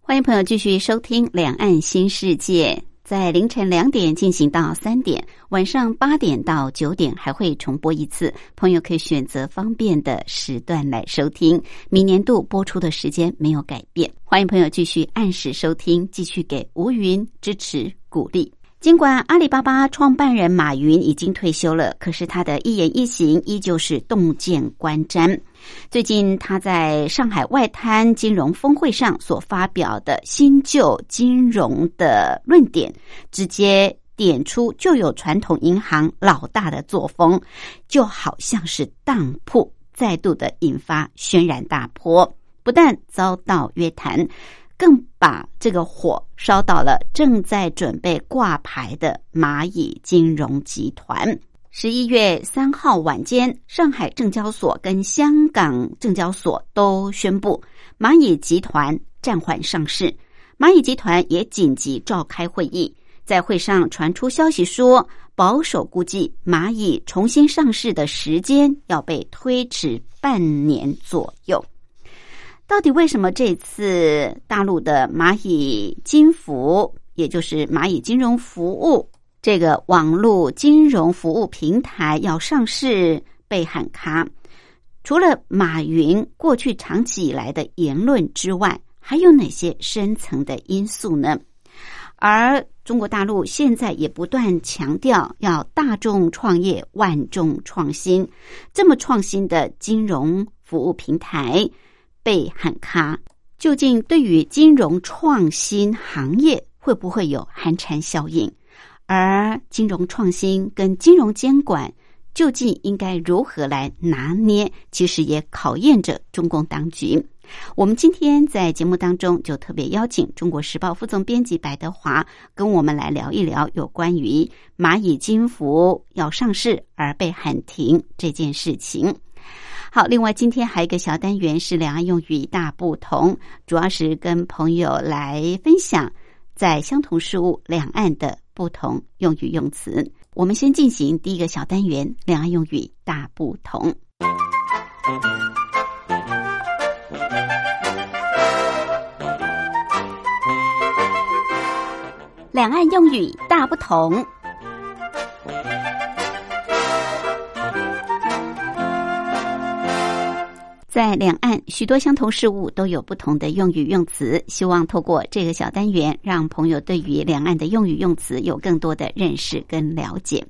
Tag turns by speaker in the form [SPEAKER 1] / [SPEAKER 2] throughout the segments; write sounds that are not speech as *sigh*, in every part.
[SPEAKER 1] 欢迎朋友继续收听《两岸新世界》，在凌晨两点进行到三点，晚上八点到九点还会重播一次，朋友可以选择方便的时段来收听。明年度播出的时间没有改变，欢迎朋友继续按时收听，继续给吴云支持鼓励。尽管阿里巴巴创办人马云已经退休了，可是他的一言一行依旧是洞见观瞻。最近他在上海外滩金融峰会上所发表的新旧金融的论点，直接点出旧有传统银行老大的作风，就好像是当铺，再度的引发轩然大波，不但遭到约谈。更把这个火烧到了正在准备挂牌的蚂蚁金融集团。十一月三号晚间，上海证交所跟香港证交所都宣布蚂蚁集团暂缓上市。蚂蚁集团也紧急召开会议，在会上传出消息说，保守估计蚂蚁重新上市的时间要被推迟半年左右。到底为什么这次大陆的蚂蚁金服，也就是蚂蚁金融服务这个网络金融服务平台要上市被喊卡？除了马云过去长期以来的言论之外，还有哪些深层的因素呢？而中国大陆现在也不断强调要大众创业、万众创新，这么创新的金融服务平台。被喊卡，究竟对于金融创新行业会不会有寒蝉效应？而金融创新跟金融监管究竟应该如何来拿捏，其实也考验着中共当局。我们今天在节目当中就特别邀请《中国时报》副总编辑白德华跟我们来聊一聊有关于蚂蚁金服要上市而被喊停这件事情。好，另外今天还有一个小单元是两岸用语大不同，主要是跟朋友来分享在相同事物两岸的不同用语用词。我们先进行第一个小单元：两岸用语大不同。两岸用语大不同。在两岸，许多相同事物都有不同的用语用词。希望透过这个小单元，让朋友对于两岸的用语用词有更多的认识跟了解。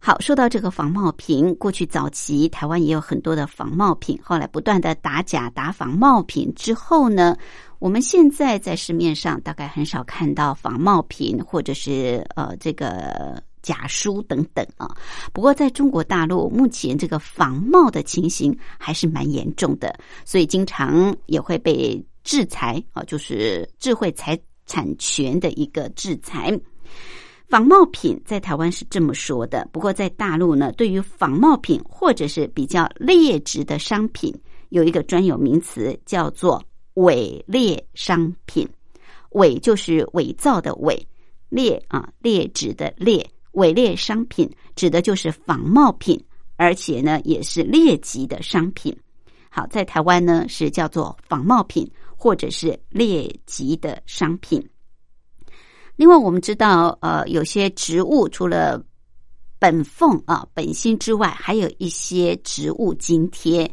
[SPEAKER 1] 好，说到这个仿冒品，过去早期台湾也有很多的仿冒品，后来不断的打假打仿冒品之后呢，我们现在在市面上大概很少看到仿冒品或者是呃这个。假书等等啊，不过在中国大陆目前这个仿冒的情形还是蛮严重的，所以经常也会被制裁啊，就是智慧财产权的一个制裁。仿冒品在台湾是这么说的，不过在大陆呢，对于仿冒品或者是比较劣质的商品，有一个专有名词叫做伪劣商品，伪就是伪造的伪，劣啊劣质的劣。伪劣商品指的就是仿冒品，而且呢也是劣级的商品。好，在台湾呢是叫做仿冒品或者是劣级的商品。另外，我们知道，呃，有些植物除了本俸啊本薪之外，还有一些植物津贴。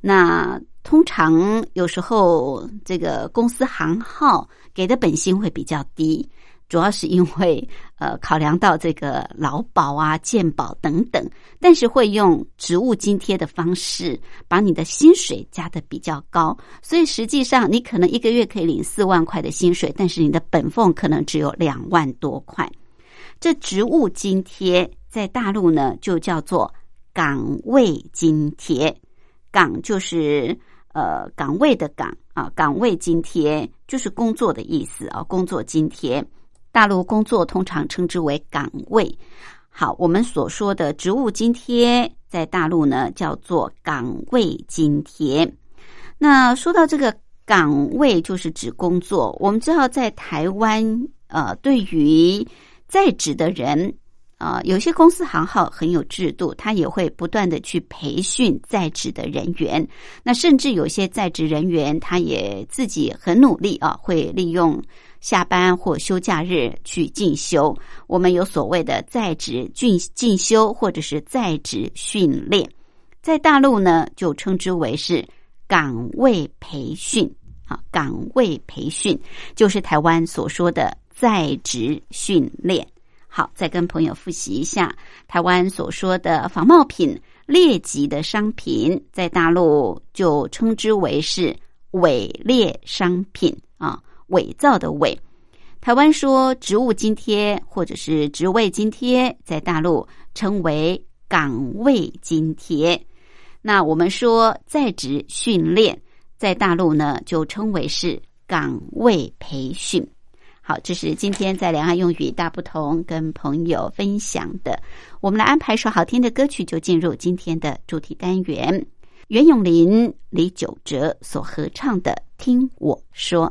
[SPEAKER 1] 那通常有时候这个公司行号给的本薪会比较低。主要是因为呃考量到这个劳保啊、健保等等，但是会用职务津贴的方式把你的薪水加的比较高，所以实际上你可能一个月可以领四万块的薪水，但是你的本俸可能只有两万多块。这职务津贴在大陆呢就叫做岗位津贴。岗就是呃岗位的岗啊，岗位津贴就是工作的意思啊，工作津贴。大陆工作通常称之为岗位。好，我们所说的职务津贴，在大陆呢叫做岗位津贴。那说到这个岗位，就是指工作。我们知道，在台湾，呃，对于在职的人，呃，有些公司行号很有制度，它也会不断的去培训在职的人员。那甚至有些在职人员，他也自己很努力啊，会利用。下班或休假日去进修，我们有所谓的在职进进修或者是在职训练，在大陆呢就称之为是岗位培训啊，岗位培训就是台湾所说的在职训练。好，再跟朋友复习一下台湾所说的仿冒品、劣级的商品，在大陆就称之为是伪劣商品啊。伪造的伪，台湾说职务津贴或者是职位津贴，在大陆称为岗位津贴。那我们说在职训练，在大陆呢就称为是岗位培训。好，这是今天在两岸用语大不同跟朋友分享的。我们来安排首好听的歌曲，就进入今天的主题单元。袁咏琳、李玖哲所合唱的《听我说》。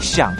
[SPEAKER 2] 想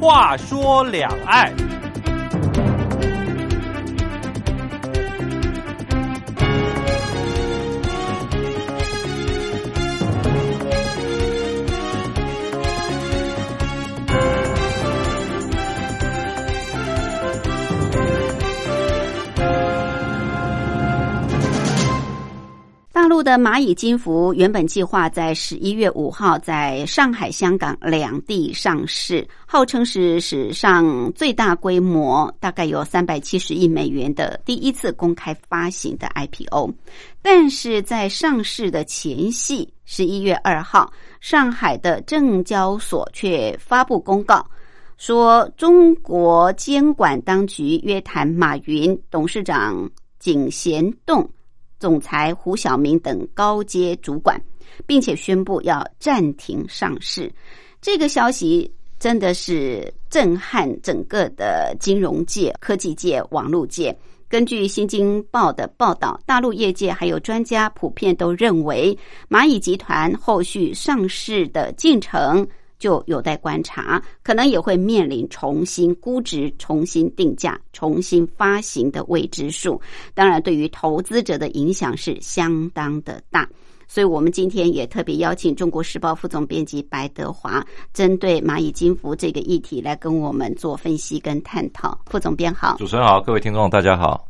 [SPEAKER 2] 话说两岸，
[SPEAKER 1] 大陆的蚂蚁金服原本计划在十一月五号在上海、香港两地上市，号称是史上最大规模，大概有三百七十亿美元的第一次公开发行的 IPO。但是在上市的前夕，十一月二号，上海的证交所却发布公告。说中国监管当局约谈马云董事长井贤栋总裁胡晓明等高阶主管，并且宣布要暂停上市。这个消息真的是震撼整个的金融界、科技界、网络界。根据新京报的报道，大陆业界还有专家普遍都认为，蚂蚁集团后续上市的进程就有待观察，可能也会面临重新估值、重新定价、重新发行的未知数。当然，对于投资者的影响是相当的大。所以我们今天也特别邀请《中国时报》副总编辑白德华，针对蚂蚁金服这个议题来跟我们做分析跟探讨。副总编好，
[SPEAKER 3] 主持人好，各位听众大家好。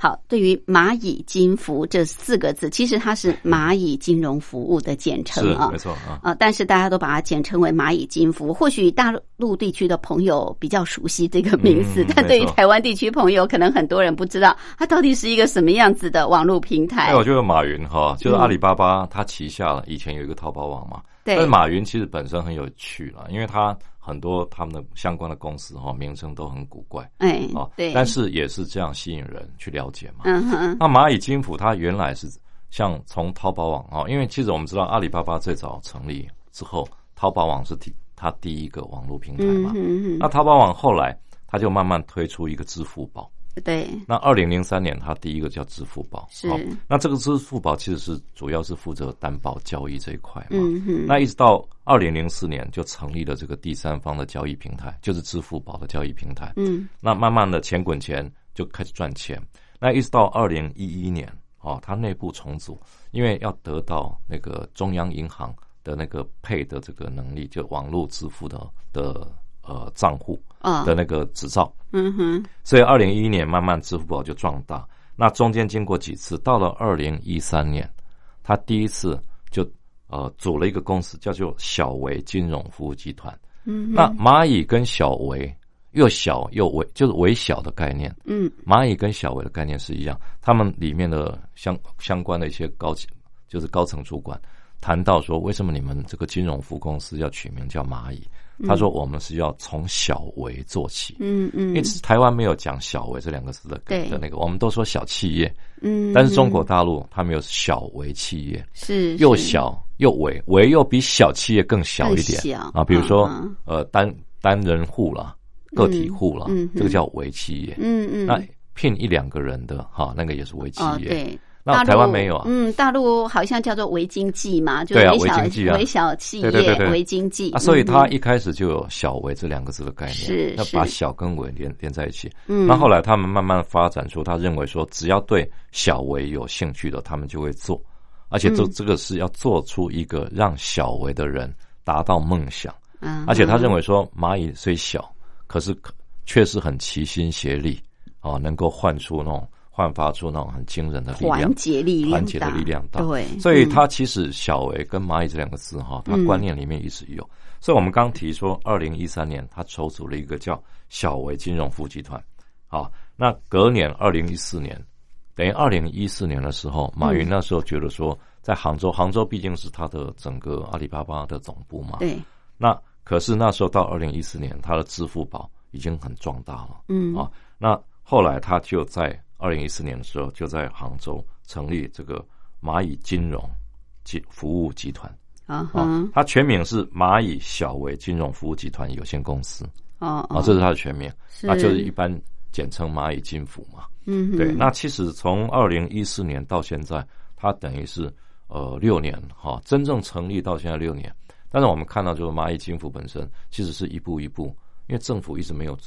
[SPEAKER 1] 好，对于“蚂蚁金服”这四个字，其实它是蚂蚁金融服务的简称
[SPEAKER 3] 嗯是
[SPEAKER 1] 啊
[SPEAKER 3] 没。错啊，
[SPEAKER 1] 呃，但是大家都把它简称为蚂蚁金服。或许大陆地区的朋友比较熟悉这个名字，
[SPEAKER 3] 嗯
[SPEAKER 1] 但对于
[SPEAKER 3] 没错
[SPEAKER 1] 台湾地区朋友，可能很多人不知道它到底是一个什么样子的网络平台
[SPEAKER 3] 哎，。我觉得马云哈，就是
[SPEAKER 1] 嗯
[SPEAKER 3] 阿里巴巴，它旗下以前有一个淘宝网嘛，但
[SPEAKER 1] 对
[SPEAKER 3] 是，马云其实本身很有趣了，因为他很多他们的相关的公司哈，名称都很古怪
[SPEAKER 1] 哎
[SPEAKER 3] 啊，，
[SPEAKER 1] 对，
[SPEAKER 3] 但是也是这样吸引人去了解嘛。
[SPEAKER 1] 嗯哼，
[SPEAKER 3] 那蚂蚁金服它原来是像从淘宝网哈，因为其实我们知道阿里巴巴最早成立之后，淘宝网是第它第一个网络平台
[SPEAKER 1] 嗯
[SPEAKER 3] 嘛，
[SPEAKER 1] 哼
[SPEAKER 3] 那
[SPEAKER 1] 哼，
[SPEAKER 3] 淘宝网后来它就慢慢推出一个支付宝。
[SPEAKER 1] 对，
[SPEAKER 3] 那二零零三年，它第一个叫支付宝，
[SPEAKER 1] 是
[SPEAKER 3] 哦那这个支付宝其实是主要是负责担保交易这一块嘛。
[SPEAKER 1] 嗯哼，
[SPEAKER 3] 那一直到二零零四年就成立了这个第三方的交易平台，就是支付宝的交易平台。
[SPEAKER 1] 嗯
[SPEAKER 3] 那慢慢的钱滚钱就开始赚钱。那一直到二零一一年，哦，它内部重组，因为要得到那个中央银行的那个配的这个能力，就网络支付的的呃账户的
[SPEAKER 1] 哦，
[SPEAKER 3] 那个执照。
[SPEAKER 1] 嗯哼，
[SPEAKER 3] 所以二零一一年慢慢支付宝就壮大。那中间经过几次，到了二零一三年，他第一次就呃组了一个公司，叫做小微金融服务集团。
[SPEAKER 1] 嗯哼，
[SPEAKER 3] 那蚂蚁跟小微又小又微，就是微小的概念。
[SPEAKER 1] 嗯
[SPEAKER 3] 蚂蚁跟小微的概念是一样，他们里面的相相关的一些高级就是高层主管谈到说，为什么你们这个金融服务公司要取名叫蚂蚁？他说我们是要从小微做起。
[SPEAKER 1] 嗯
[SPEAKER 3] 因
[SPEAKER 1] 嗯
[SPEAKER 3] 为，台湾没有讲“小微”这两个字的
[SPEAKER 1] 对
[SPEAKER 3] 的那个，我们都说小企业，
[SPEAKER 1] 嗯，
[SPEAKER 3] 但是中国大陆它没有小微企业，
[SPEAKER 1] 是
[SPEAKER 3] 又
[SPEAKER 1] 是
[SPEAKER 3] 小又微，微又比小企业更小一点
[SPEAKER 1] 更小
[SPEAKER 3] 啊。比如说
[SPEAKER 1] 嗯
[SPEAKER 3] 呃单单人户啦、个体户啦
[SPEAKER 1] 嗯嗯，
[SPEAKER 3] 这个叫微企业。
[SPEAKER 1] 嗯嗯，
[SPEAKER 3] 那聘一两个人的哈，那个也是微企
[SPEAKER 1] 哦
[SPEAKER 3] 业。
[SPEAKER 1] 对。大
[SPEAKER 3] 那
[SPEAKER 1] 陆
[SPEAKER 3] 台湾没有啊，
[SPEAKER 1] 嗯，大陆好像叫做微经济嘛，就
[SPEAKER 3] 对啊
[SPEAKER 1] 微小
[SPEAKER 3] 微经济啊
[SPEAKER 1] 微小企业、
[SPEAKER 3] 对对对对
[SPEAKER 1] 微经济
[SPEAKER 3] 啊，所以它
[SPEAKER 1] 嗯
[SPEAKER 3] 一开始就有“小微”这两个字的概
[SPEAKER 1] 是
[SPEAKER 3] 念，要把
[SPEAKER 1] 是
[SPEAKER 3] 小跟微连连在一起。
[SPEAKER 1] 嗯，
[SPEAKER 3] 那后来他们慢慢发展出，他认为说，只要对小维有兴趣的，他们就会做，而且这
[SPEAKER 1] 嗯
[SPEAKER 3] 这个是要做出一个让小维的人达到梦想，
[SPEAKER 1] 嗯，
[SPEAKER 3] 而且他认
[SPEAKER 1] 为
[SPEAKER 3] 为说，蚂蚁哦虽小，可是可确实很齐心协力啊，能够换出那种。焕发出那种很惊人的力量
[SPEAKER 1] 团。结力量大，
[SPEAKER 3] 团结的力量大
[SPEAKER 1] 对，
[SPEAKER 3] 所以
[SPEAKER 1] 嗯
[SPEAKER 3] 它其实小微跟蚂蚁这两个字哈，它
[SPEAKER 1] 嗯
[SPEAKER 3] 观念里面一直有。所以我们刚提说，二零一三年它筹组了一个叫小微金融副集团。好，那隔年二零一四年，等于二零一四年的时候，马云那时候觉得说，在杭州，杭州毕竟是他的整个阿里巴巴的总部嘛。
[SPEAKER 1] 对，
[SPEAKER 3] 那可是那时候到二零一四年，他的支付宝已经很壮大了。
[SPEAKER 1] 嗯
[SPEAKER 3] 啊那后来他就在二零一四年的时候，就在杭州成立这个蚂蚁金融集服务集团
[SPEAKER 1] 啊
[SPEAKER 3] 啊，
[SPEAKER 1] 哈，
[SPEAKER 3] 它全名是蚂蚁小微金融服务集团有限公司
[SPEAKER 1] 哦
[SPEAKER 3] 啊，这是它的全名，
[SPEAKER 1] 是
[SPEAKER 3] 那就是一般简称蚂蚁金服嘛。
[SPEAKER 1] 嗯哼
[SPEAKER 3] 对，那其实从二零一四年到现在，它等于是呃六年哈、真正成立到现在六年。但是我们看到，就是蚂蚁金服本身其实是一步一步，因为政府一直没有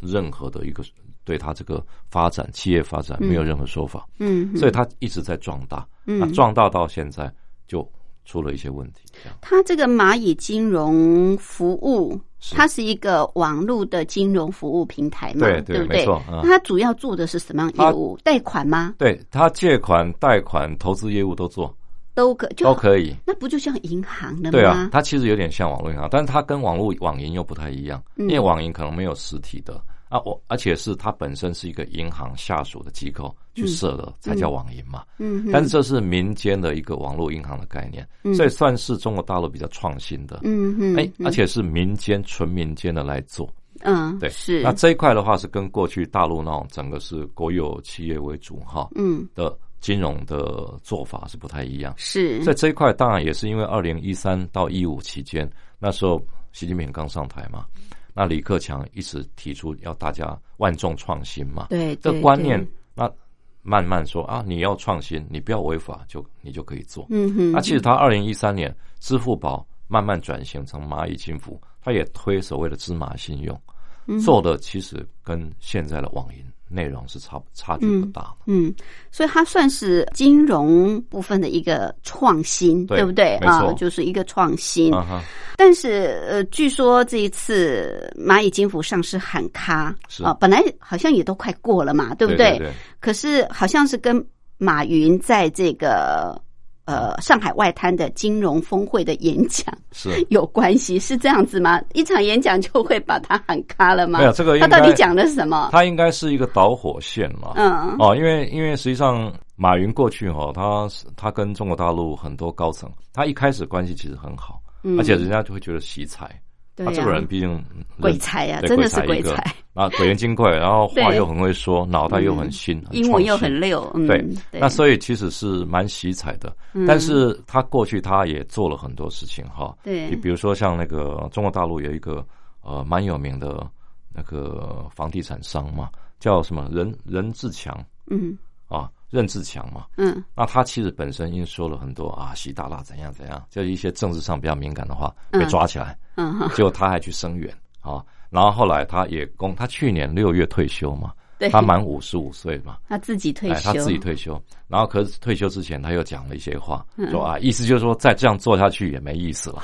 [SPEAKER 3] 任何的一个对它这个发展、企业发展
[SPEAKER 1] 嗯
[SPEAKER 3] 没有任何说法，
[SPEAKER 1] 嗯哼，
[SPEAKER 3] 所以它一直在壮大。那
[SPEAKER 1] 嗯，
[SPEAKER 3] 壮大到现在就出了一些问题，这样
[SPEAKER 1] 它这个蚂蚁金融服务，
[SPEAKER 3] 是
[SPEAKER 1] 它是一个网络的金融服务平台嘛，
[SPEAKER 3] 对
[SPEAKER 1] 不
[SPEAKER 3] 没
[SPEAKER 1] 对？
[SPEAKER 3] 错，
[SPEAKER 1] 那
[SPEAKER 3] 嗯，
[SPEAKER 1] 它主要做的是什么样业务？贷款吗？
[SPEAKER 3] 对它借款、贷款、投资业务都做，
[SPEAKER 1] 都可就
[SPEAKER 3] 都可以。
[SPEAKER 1] 那不就像银行的吗？
[SPEAKER 3] 对啊，它其实有点像网络银行，但是它跟网络网银又不太一样，
[SPEAKER 1] 嗯
[SPEAKER 3] 因为网银可能没有实体的啊，我而且是它本身是一个银行下属的机构去设的，才叫网银嘛。
[SPEAKER 1] 嗯哼，
[SPEAKER 3] 但是这是民间的一个网络银行的概念，
[SPEAKER 1] 嗯
[SPEAKER 3] 所以算是中国大陆比较创新的。
[SPEAKER 1] 嗯哼，
[SPEAKER 3] 哎，
[SPEAKER 1] 嗯
[SPEAKER 3] 而且是民间纯民间的来做，
[SPEAKER 1] 嗯，
[SPEAKER 3] 对
[SPEAKER 1] 是
[SPEAKER 3] 那这一块的话是跟过去大陆那种整个是国有企业为主哈
[SPEAKER 1] 嗯
[SPEAKER 3] 的金融的做法是不太一样。
[SPEAKER 1] 是
[SPEAKER 3] 在这一块，当然也是因为二零一三到一五期间，那时候习近平刚上台嘛，
[SPEAKER 1] 嗯
[SPEAKER 3] 那李克强一直提出要大家万众创新嘛，
[SPEAKER 1] 对
[SPEAKER 3] 这
[SPEAKER 1] 对
[SPEAKER 3] 观念
[SPEAKER 1] 对，
[SPEAKER 3] 那慢慢说啊，你要创新，你不要违法，就你就可以做。啊
[SPEAKER 1] 嗯哼，
[SPEAKER 3] 那其实他二零一三年，支付宝慢慢转型成蚂蚁金服，他也推所谓的芝麻信用，
[SPEAKER 1] 嗯
[SPEAKER 3] 做的其实跟现在的网银内容是差差距不大嘛。
[SPEAKER 1] 嗯，所以它算是金融部分的一个创新，
[SPEAKER 3] 对
[SPEAKER 1] 不对
[SPEAKER 3] 没
[SPEAKER 1] 啊
[SPEAKER 3] 错？
[SPEAKER 1] 就是一个创新。
[SPEAKER 3] 啊哈，
[SPEAKER 1] 但是呃，据说这一次蚂蚁金服上市喊咖
[SPEAKER 3] 是
[SPEAKER 1] 啊，本来好像也都快过了嘛，对不
[SPEAKER 3] 对对
[SPEAKER 1] 可是好像是跟马云在这个呃上海外滩的金融峰会的演讲
[SPEAKER 3] 是。
[SPEAKER 1] 有关系，是这样子吗？一场演讲就会把它喊咖了吗
[SPEAKER 3] 没？有这个应
[SPEAKER 1] 他
[SPEAKER 3] 该，
[SPEAKER 1] 到底讲了什么？
[SPEAKER 3] 它应该是一个导火线嘛。
[SPEAKER 1] 啊嗯
[SPEAKER 3] 哦，因为因为实际上马云过去哦，他是他跟中国大陆很多高层，他一开始关系其实很好，
[SPEAKER 1] 嗯，
[SPEAKER 3] 而且人家就会觉得惜才。
[SPEAKER 1] 对
[SPEAKER 3] 他这个
[SPEAKER 1] 啊
[SPEAKER 3] 人毕竟嗯
[SPEAKER 1] 鬼才啊，
[SPEAKER 3] 对
[SPEAKER 1] 真的是
[SPEAKER 3] 鬼
[SPEAKER 1] 鬼
[SPEAKER 3] 才一个
[SPEAKER 1] 才，
[SPEAKER 3] 啊，鬼灵精怪，然后话
[SPEAKER 1] 对嗯
[SPEAKER 3] 又很会说，脑袋又很新，很
[SPEAKER 1] *laughs* 英文又
[SPEAKER 3] 创
[SPEAKER 1] 很
[SPEAKER 3] 新
[SPEAKER 1] 溜，嗯，
[SPEAKER 3] 对
[SPEAKER 1] 对，
[SPEAKER 3] 那所以其实是蛮惜才的，
[SPEAKER 1] 嗯
[SPEAKER 3] 但是他过去他也做了很多事情哈，
[SPEAKER 1] 对
[SPEAKER 3] 你比如说像那个中国大陆有一个呃蛮有名的那个房地产商嘛，叫什么任任志强
[SPEAKER 1] 嗯
[SPEAKER 3] 啊，任志强嘛。
[SPEAKER 1] 嗯
[SPEAKER 3] 那他其实本身因为说了很多啊，习大大怎样怎样，就是一些政治上比较敏感的话
[SPEAKER 1] 嗯
[SPEAKER 3] 被抓起来，
[SPEAKER 1] 嗯哈，
[SPEAKER 3] 结果他还去声援啊。然后后来他也公，他去年六月退休嘛，
[SPEAKER 1] 对，
[SPEAKER 3] 他满五十五岁嘛，
[SPEAKER 1] 他自己退
[SPEAKER 3] 哎，
[SPEAKER 1] 休，
[SPEAKER 3] 他自己退休，然后可是退休之前他又讲了一些话，
[SPEAKER 1] 嗯
[SPEAKER 3] 说啊，意思就是说再这样做下去也没意思
[SPEAKER 1] *laughs*
[SPEAKER 3] 了，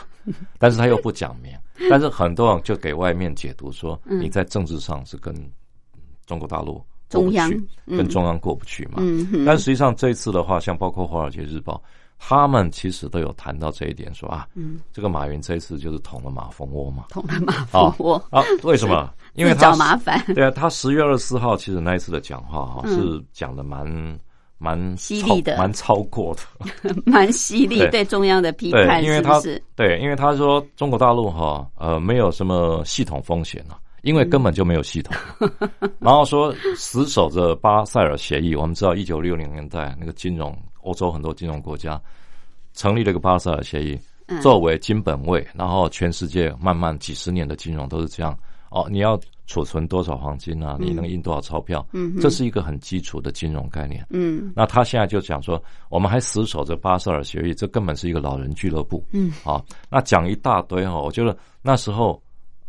[SPEAKER 3] 但是他又不讲明，但是很多人就给外面解读说
[SPEAKER 1] 嗯
[SPEAKER 3] 你在政治上是跟中国大陆过不
[SPEAKER 1] 中
[SPEAKER 3] 去
[SPEAKER 1] 央
[SPEAKER 3] 跟中央过不去嘛，
[SPEAKER 1] 嗯嗯
[SPEAKER 3] 但实际上这一次的话，像包括《华尔街日报》，他们其实都有谈到这一点，说啊，
[SPEAKER 1] 嗯
[SPEAKER 3] 这个马云这一次就是捅了马蜂窝嘛，
[SPEAKER 1] 捅了马
[SPEAKER 3] 哦
[SPEAKER 1] 蜂窝，
[SPEAKER 3] 啊，为什么？因为
[SPEAKER 1] 自
[SPEAKER 3] 他
[SPEAKER 1] 找麻烦，
[SPEAKER 3] 对啊，他十月二十四号其实那一次的讲话哈、
[SPEAKER 1] 嗯
[SPEAKER 3] 是讲的蛮蛮
[SPEAKER 1] 犀
[SPEAKER 3] 超
[SPEAKER 1] 利的
[SPEAKER 3] 蛮超过的。
[SPEAKER 1] 蛮犀利
[SPEAKER 3] 对
[SPEAKER 1] 对中央的批判，
[SPEAKER 3] 对，因为
[SPEAKER 1] 是
[SPEAKER 3] 他
[SPEAKER 1] 不是？
[SPEAKER 3] 对，因为他说中国大陆哈、呃没有什么系统风险啊，因为根本就没有
[SPEAKER 1] *laughs*
[SPEAKER 3] 系统。然后说死守着巴塞尔协议，我们知道一九六零年代那个金融欧洲很多金融国家成立了一个巴塞尔协议，
[SPEAKER 1] 嗯
[SPEAKER 3] 作为金本位，然后全世界慢慢几十年的金融都是这样。哦，你要储存多少黄金啊？你能印多少钞票？
[SPEAKER 1] 嗯哼
[SPEAKER 3] 这是一个很基础的金融概念。
[SPEAKER 1] 嗯
[SPEAKER 3] 那他现在就讲说，我们还死守着巴塞尔协议，这根本是一个老人俱乐部。
[SPEAKER 1] 嗯，
[SPEAKER 3] 啊，那讲一大堆哦哈、我觉得那时候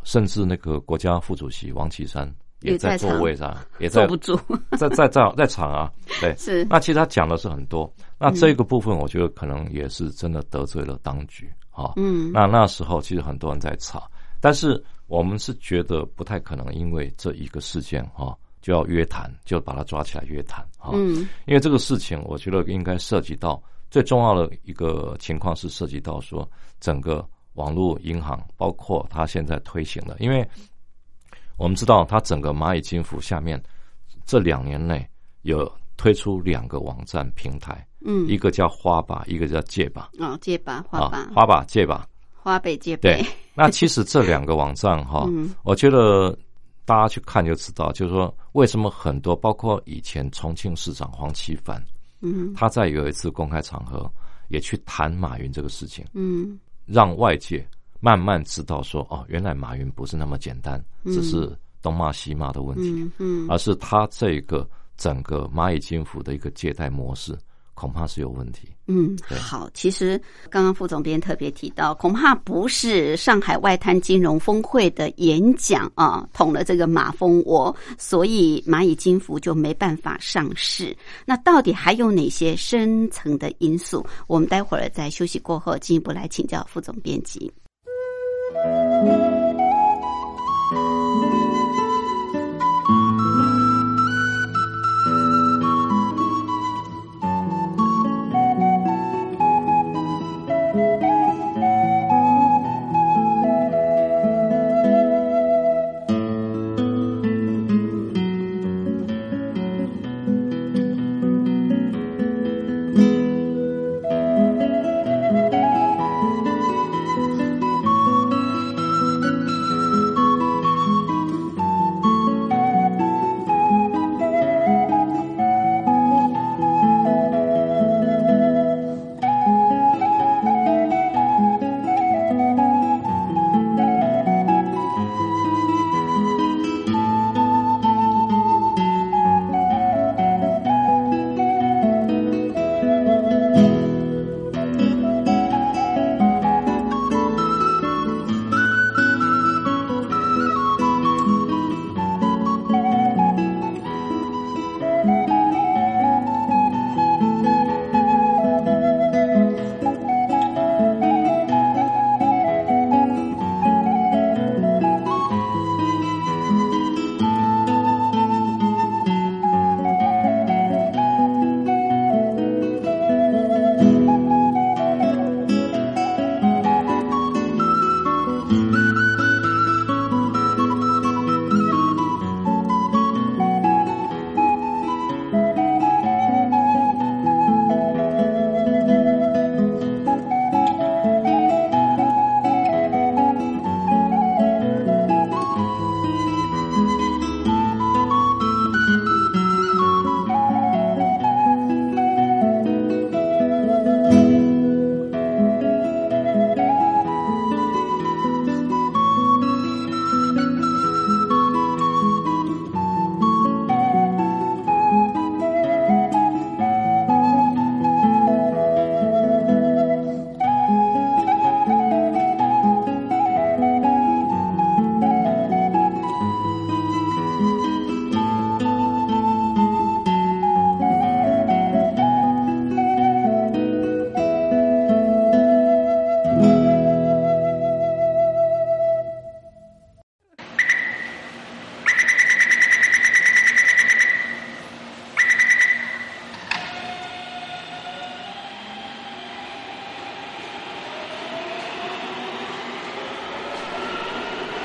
[SPEAKER 3] 甚至那个国家副主席王岐山也
[SPEAKER 1] 也在
[SPEAKER 3] 在座
[SPEAKER 1] 场
[SPEAKER 3] 位上，也
[SPEAKER 1] 坐
[SPEAKER 3] 在
[SPEAKER 1] 不住 *laughs* 嗯
[SPEAKER 3] 在在在在场啊，对。
[SPEAKER 1] 是
[SPEAKER 3] 那其实他讲的是很多，那
[SPEAKER 1] 嗯
[SPEAKER 3] 这个部分我觉得可能也是真的得罪了当局啊。
[SPEAKER 1] 嗯
[SPEAKER 3] 那那时候其实很多人在吵，但是我们是觉得不太可能，因为这一个事件哈、啊就要约谈，就把他抓起来约谈啊。
[SPEAKER 1] 嗯
[SPEAKER 3] 因为这个事情，我觉得应该涉及到最重要的一个情况是涉及到说整个网络银行，包括它现在推行的，因为我们知道它整个蚂蚁金服下面这两年内有推出两个网站平台，
[SPEAKER 1] 嗯，
[SPEAKER 3] 一个叫花吧，一个叫借吧
[SPEAKER 1] 哦，借吧，花吧
[SPEAKER 3] 啊，，花吧借吧。
[SPEAKER 1] 花呗借呗
[SPEAKER 3] 对，哦那其实这两个网站哈，
[SPEAKER 1] 嗯
[SPEAKER 3] 我觉得大家去看就知道，就是说为什么很多，包括以前重庆市长黄奇帆，
[SPEAKER 1] 嗯
[SPEAKER 3] 他在有一次公开场合也去谈马云这个事情，
[SPEAKER 1] 嗯
[SPEAKER 3] 让外界慢慢知道说，哦，原来马云不是那么简单，
[SPEAKER 1] 嗯
[SPEAKER 3] 只是东骂西骂的问题，
[SPEAKER 1] 嗯嗯
[SPEAKER 3] 而是他这个整个蚂蚁金服的一个借贷模式恐怕是有问题。
[SPEAKER 1] 嗯，
[SPEAKER 3] 对
[SPEAKER 1] 好。其实刚刚副总编特别提到，恐怕不是上海外滩金融峰会的演讲啊捅了这个马蜂窝，所以蚂蚁金服就没办法上市。那到底还有哪些深层的因素？我们待会儿在休息过后进一步来请教副总编辑。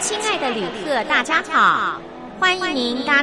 [SPEAKER 4] 亲爱的旅客，大家好，欢迎您搭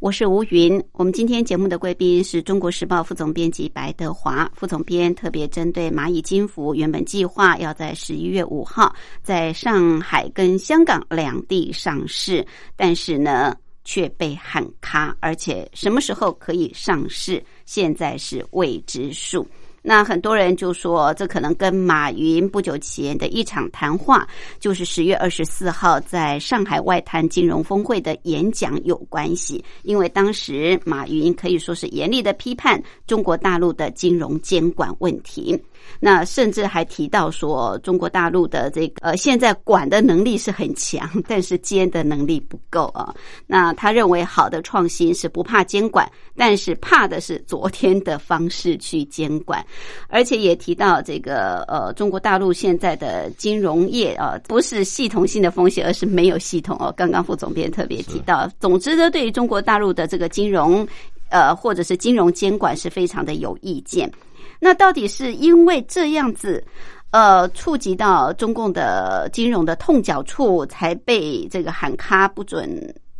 [SPEAKER 1] 我是吴云。我们今天节目的贵宾是中国时报副总编辑白德华。副总编特别针对蚂蚁金服，原本计划要在十一月五号在上海跟香港两地上市，但是呢却被喊卡，而且什么时候可以上市，现在是未知数。那很多人就说，这可能跟马云不久前的一场谈话，就是十月二十四号在上海外滩金融峰会的演讲有关系。因为当时马云可以说是严厉的批判中国大陆的金融监管问题。那甚至还提到说，中国大陆的这个呃，现在管的能力是很强， *laughs* 但是监的能力不够啊。那他认为好的创新是不怕监管，但是怕的是昨天的方式去监管，而且也提到这个呃，中国大陆现在的金融业啊、呃，不是系统性的风险，而是没有系统哦。刚刚副总编特别提到，总之呢，对于中国大陆的这个金融呃，或者是金融监管是非常的有意见。那到底是因为这样子，呃，触及到中共的金融的痛脚处，才被这个喊咖不准，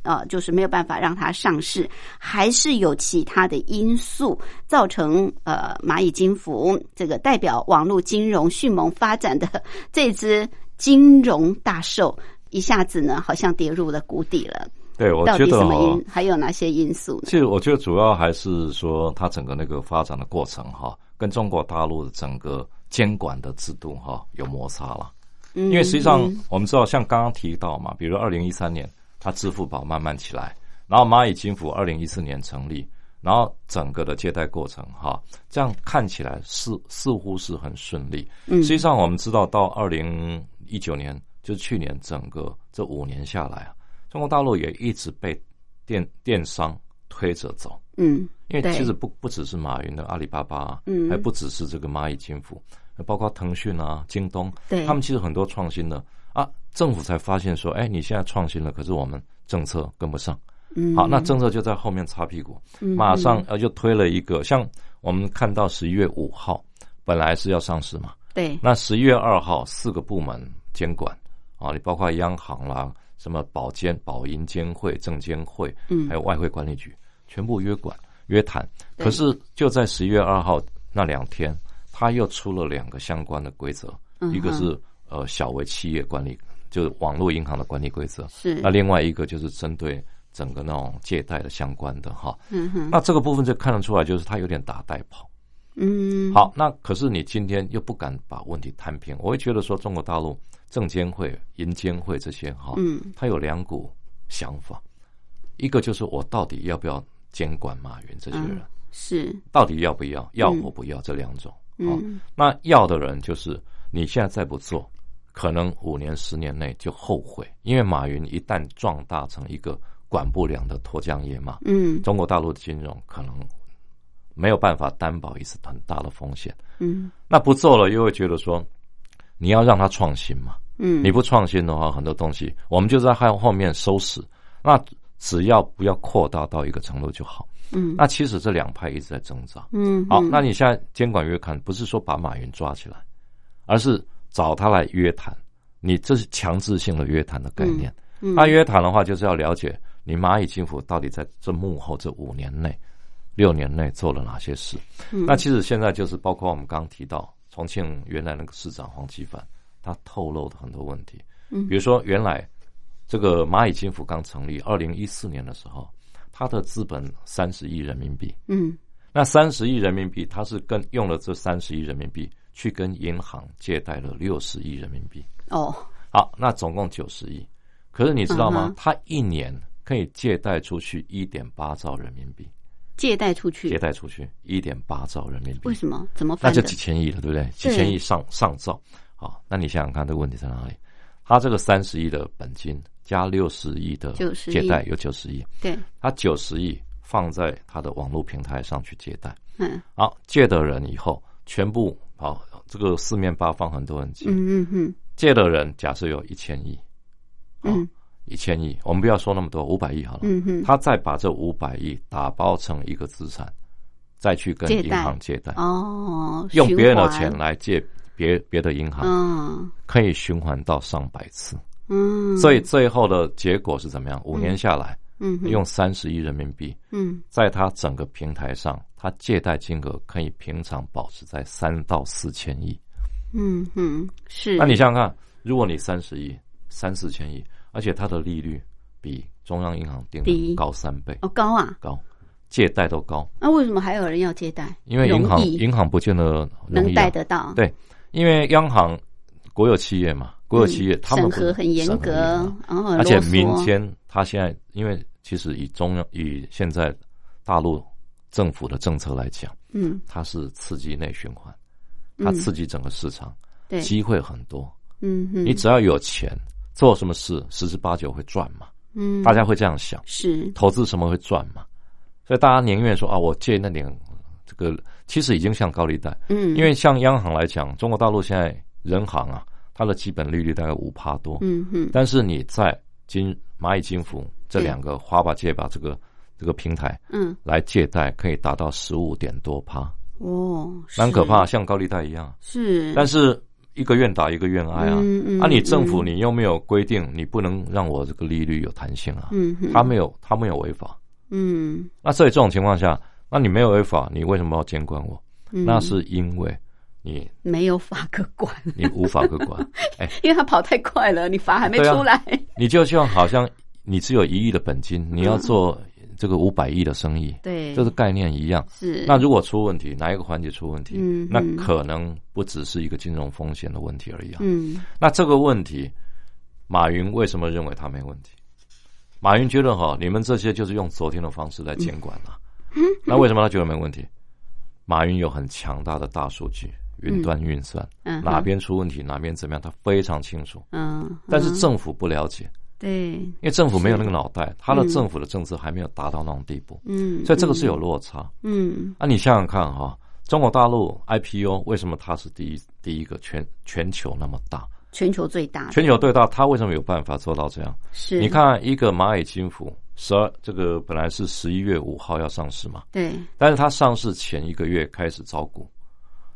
[SPEAKER 1] 呃，就是没有办法让它上市，还是有其他的因素造成呃蚂蚁金服这个代表网络金融迅猛发展的这只金融大兽，一下子呢好像跌入了谷底了。
[SPEAKER 3] 对，我
[SPEAKER 1] 到
[SPEAKER 3] 觉
[SPEAKER 1] 底
[SPEAKER 3] 得
[SPEAKER 1] 什么
[SPEAKER 3] 哦
[SPEAKER 1] 因，还有哪些因素呢？
[SPEAKER 3] 其实我觉得主要还是说它整个那个发展的过程哈，跟中国大陆的整个监管的制度哈有摩擦了。
[SPEAKER 1] 因
[SPEAKER 3] 因为实际
[SPEAKER 1] 嗯
[SPEAKER 3] 上我们知道，像刚刚提到嘛，比如二零一三年它支付宝慢慢起来，然后蚂蚁金服二零一四年成立，然后整个的借贷过程哈，这样看起来似似乎是很顺利。
[SPEAKER 1] 嗯
[SPEAKER 3] 实际上我们知道，到二零一九年，就是去年整个这五年下来啊，中国大陆也一直被电电商推着走。
[SPEAKER 1] 嗯
[SPEAKER 3] 因为
[SPEAKER 1] 对
[SPEAKER 3] 其实不不只是马云的阿里巴巴、啊，
[SPEAKER 1] 嗯
[SPEAKER 3] 还不只是这个蚂蚁金服，包括腾讯啊、京东，
[SPEAKER 1] 对
[SPEAKER 3] 他们其实很多创新的啊，政府才发现说，哎，你现在创新了，可是我们政策跟不上，
[SPEAKER 1] 嗯
[SPEAKER 3] 好，那政策就在后面擦屁股，
[SPEAKER 1] 嗯
[SPEAKER 3] 马上
[SPEAKER 1] 嗯
[SPEAKER 3] 呃就推了一个，像我们看到十一月五号本来是要上市嘛，
[SPEAKER 1] 对
[SPEAKER 3] 那十一月二号四个部门监管啊，你包括央行啦、什么保监、保银监会、证监会，
[SPEAKER 1] 嗯
[SPEAKER 3] 还有外汇管理局，全部约管约谈。
[SPEAKER 1] 对
[SPEAKER 3] 可是就在十一月二号那两天，他又出了两个相关的规则，
[SPEAKER 1] 嗯
[SPEAKER 3] 一个
[SPEAKER 1] 哼
[SPEAKER 3] 是呃小微企业管理，就是网络银行的管理规则，
[SPEAKER 1] 是
[SPEAKER 3] 那另外一个就是针对整个那种借贷的相关的哈。
[SPEAKER 1] 嗯哼
[SPEAKER 3] 那这个部分就看得出来，就是他有点打带跑。
[SPEAKER 1] 嗯
[SPEAKER 3] 好，那可是你今天又不敢把问题摊平，我会觉得说中国大陆证监会、银监会这些哈，
[SPEAKER 1] 嗯
[SPEAKER 3] 他有两股想法，一个就是我到底要不要监管马云这些人，
[SPEAKER 1] 嗯是
[SPEAKER 3] 到底要不要，要
[SPEAKER 1] 嗯
[SPEAKER 3] 或不要这两种。好，
[SPEAKER 1] 嗯
[SPEAKER 3] 那要的人就是你现在再不做，可能五年、十年内就后悔，因为马云一旦壮大成一个管不良的脱缰野马，
[SPEAKER 1] 嗯
[SPEAKER 3] 中国大陆的金融可能没有办法担保一次很大的风险。
[SPEAKER 1] 嗯
[SPEAKER 3] 那不做了，又会觉得说，你要让他创新嘛，
[SPEAKER 1] 嗯，
[SPEAKER 3] 你不创新的话，很多东西我们就在后后面收拾。那只要不要扩大到一个程度就好。
[SPEAKER 1] 嗯
[SPEAKER 3] 那其实这两派一直在挣扎。
[SPEAKER 1] 嗯
[SPEAKER 3] 好，
[SPEAKER 1] 嗯
[SPEAKER 3] 那你现在监管约谈不是说把马云抓起来，而是找他来约谈。你这是强制性的约谈的概念。
[SPEAKER 1] 嗯
[SPEAKER 3] 那约谈的话，就是要了解你蚂蚁金服到底在这幕后这五年内、六年内做了哪些事。
[SPEAKER 1] 嗯
[SPEAKER 3] 那其实现在就是包括我们刚刚提到重庆原来那个市长黄奇帆，他透露的很多问题，
[SPEAKER 1] 嗯
[SPEAKER 3] 比如说原来这个蚂蚁金服刚成立，二零一四年的时候，它的资本三十亿人民币，
[SPEAKER 1] 嗯
[SPEAKER 3] 那三十亿人民币，它是跟用了这三十亿人民币去跟银行借贷了六十亿人民币，
[SPEAKER 1] 哦
[SPEAKER 3] 好，那总共九十亿，可是你知道
[SPEAKER 1] 嗯
[SPEAKER 3] 吗
[SPEAKER 1] 哼？
[SPEAKER 3] 它一年可以借贷出去一点八兆人民币，
[SPEAKER 1] 借贷出
[SPEAKER 3] 借
[SPEAKER 1] 去，
[SPEAKER 3] 贷出去一点八兆人民币
[SPEAKER 1] 为，什么怎么
[SPEAKER 3] 那
[SPEAKER 1] 办
[SPEAKER 3] 就
[SPEAKER 1] 的？
[SPEAKER 3] 几千亿了，对不对？几千亿上上兆，好，那你想想看，这个问题在哪里？他这个三十亿的本金加六十亿的
[SPEAKER 1] 90亿
[SPEAKER 3] 借贷有九十亿，
[SPEAKER 1] 对
[SPEAKER 3] 他九十亿放在他的网络平台上去借贷，
[SPEAKER 1] 嗯
[SPEAKER 3] 好，借的人以后全部好，这个四面八方很多人借，
[SPEAKER 1] 嗯嗯嗯
[SPEAKER 3] 借的人假设有一千亿，好
[SPEAKER 1] 嗯，
[SPEAKER 3] 一千亿，我们不要说那么多，五百亿好了，
[SPEAKER 1] 嗯嗯
[SPEAKER 3] 他再把这五百亿打包成一个资产，再去跟
[SPEAKER 1] 借
[SPEAKER 3] 银
[SPEAKER 1] 贷
[SPEAKER 3] 行借贷，
[SPEAKER 1] 哦，
[SPEAKER 3] 用别人的
[SPEAKER 1] 循环
[SPEAKER 3] 钱，来借别别的银行，
[SPEAKER 1] 嗯
[SPEAKER 3] 可以循环到上百次。
[SPEAKER 1] 嗯，
[SPEAKER 3] 所以最后的结果是怎么样？五年下来，
[SPEAKER 1] 嗯哼
[SPEAKER 3] 用三十亿人民币，
[SPEAKER 1] 嗯
[SPEAKER 3] 在它整个平台上，它借贷金额可以平常保持在三到四千亿。
[SPEAKER 1] 嗯嗯是，
[SPEAKER 3] 那你想想看，如果你三十亿、三四千亿，而且它的利率比中央银行定
[SPEAKER 1] 低
[SPEAKER 3] 的高三倍
[SPEAKER 1] 哦高啊，
[SPEAKER 3] 高，借贷都高，
[SPEAKER 1] 那、为什么还有人要借贷？
[SPEAKER 3] 因为银行
[SPEAKER 1] 容易
[SPEAKER 3] 银行不见得容
[SPEAKER 1] 能
[SPEAKER 3] 易、
[SPEAKER 1] 贷
[SPEAKER 3] 啊，
[SPEAKER 1] 得到，
[SPEAKER 3] 对因为央行国有企业嘛，国有
[SPEAKER 1] 嗯
[SPEAKER 3] 企业、他们
[SPEAKER 1] 审
[SPEAKER 3] 不
[SPEAKER 1] 核很严
[SPEAKER 3] 审核
[SPEAKER 1] 格
[SPEAKER 3] 严啊，
[SPEAKER 1] 然后很
[SPEAKER 3] 而且
[SPEAKER 1] 啰嗦
[SPEAKER 3] 民间他现在，因为其实以中央以现在大陆政府的政策来讲，
[SPEAKER 1] 嗯，
[SPEAKER 3] 它是刺激内循环，它
[SPEAKER 1] 嗯
[SPEAKER 3] 刺激整个市场，
[SPEAKER 1] 对，
[SPEAKER 3] 机会很多。
[SPEAKER 1] 嗯哼，
[SPEAKER 3] 你只要有钱，做什么事十之八九会赚嘛，
[SPEAKER 1] 嗯，
[SPEAKER 3] 大家会这样想，
[SPEAKER 1] 是
[SPEAKER 3] 投资什么会赚嘛，所以大家宁愿说啊，我借那点这个，其实已经像高利贷，
[SPEAKER 1] 嗯，
[SPEAKER 3] 因为像央行来讲，中国大陆现在人行啊，它的基本利率大概五趴多，
[SPEAKER 1] 嗯哼，
[SPEAKER 3] 但是你在金蚂蚁金服这
[SPEAKER 1] 对
[SPEAKER 3] 两个花吧借吧这个这个平台
[SPEAKER 1] 嗯，
[SPEAKER 3] 来借贷，可以达到十五点多趴，
[SPEAKER 1] 哦，
[SPEAKER 3] 蛮可
[SPEAKER 1] 是
[SPEAKER 3] 怕，，像高利贷一样。啊
[SPEAKER 1] 是，
[SPEAKER 3] 但
[SPEAKER 1] 是
[SPEAKER 3] 是一个愿打一个愿挨啊，
[SPEAKER 1] 嗯嗯
[SPEAKER 3] 啊，你政府
[SPEAKER 1] 嗯
[SPEAKER 3] 你又没有规定，你不能让我这个利率有弹性啊，
[SPEAKER 1] 嗯哼，
[SPEAKER 3] 他没有他没有违法。
[SPEAKER 1] 嗯，
[SPEAKER 3] 那所以这种情况下，那你没有违法，你为什么要监管我？
[SPEAKER 1] 嗯
[SPEAKER 3] 那是因为你
[SPEAKER 1] 没有法可管，
[SPEAKER 3] 你无法可
[SPEAKER 1] *laughs*
[SPEAKER 3] 管，
[SPEAKER 1] 因为他跑太快了，你罚还没
[SPEAKER 3] 对啊
[SPEAKER 1] 出来，
[SPEAKER 3] 你就像好像你只有一亿的本金，你要做这个五百亿的生意，
[SPEAKER 1] *laughs* 嗯对，
[SPEAKER 3] 这是概念一样。
[SPEAKER 1] 是
[SPEAKER 3] 那如果出问题，哪一个环节出问题，
[SPEAKER 1] 嗯
[SPEAKER 3] 那
[SPEAKER 1] 嗯
[SPEAKER 3] 可能不只是一个金融风险的问题而已啊。
[SPEAKER 1] 嗯
[SPEAKER 3] 那这个问题，马云为什么认为他没问题？马云觉得哈，你们这些就是用昨天的方式来监管了、
[SPEAKER 1] 嗯
[SPEAKER 3] 那为什么他觉得没问题？马云有很强大的大数据、云端运算，
[SPEAKER 1] 嗯
[SPEAKER 3] 哪
[SPEAKER 1] 哼
[SPEAKER 3] 边出问题，哪边怎么样，他非常清楚。
[SPEAKER 1] 嗯，
[SPEAKER 3] 但是
[SPEAKER 1] 嗯
[SPEAKER 3] 政府不了解，
[SPEAKER 1] 对，
[SPEAKER 3] 因为政府没有那个脑袋，他的政府的政策还没有达到那种地步，
[SPEAKER 1] 嗯，
[SPEAKER 3] 所以这个是
[SPEAKER 1] 嗯
[SPEAKER 3] 有落差。
[SPEAKER 1] 嗯
[SPEAKER 3] 那、你想想看哈、中国大陆 IPO 为什么它是第一第一个全全球那么大，
[SPEAKER 1] 全球最大的，
[SPEAKER 3] 全球最大，它为什么有办法做到这样？
[SPEAKER 1] 是
[SPEAKER 3] 你看一个蚂蚁金服，十二这个本来是十一月五号要上市嘛，
[SPEAKER 1] 对，
[SPEAKER 3] 但是它上市前一个月开始招股，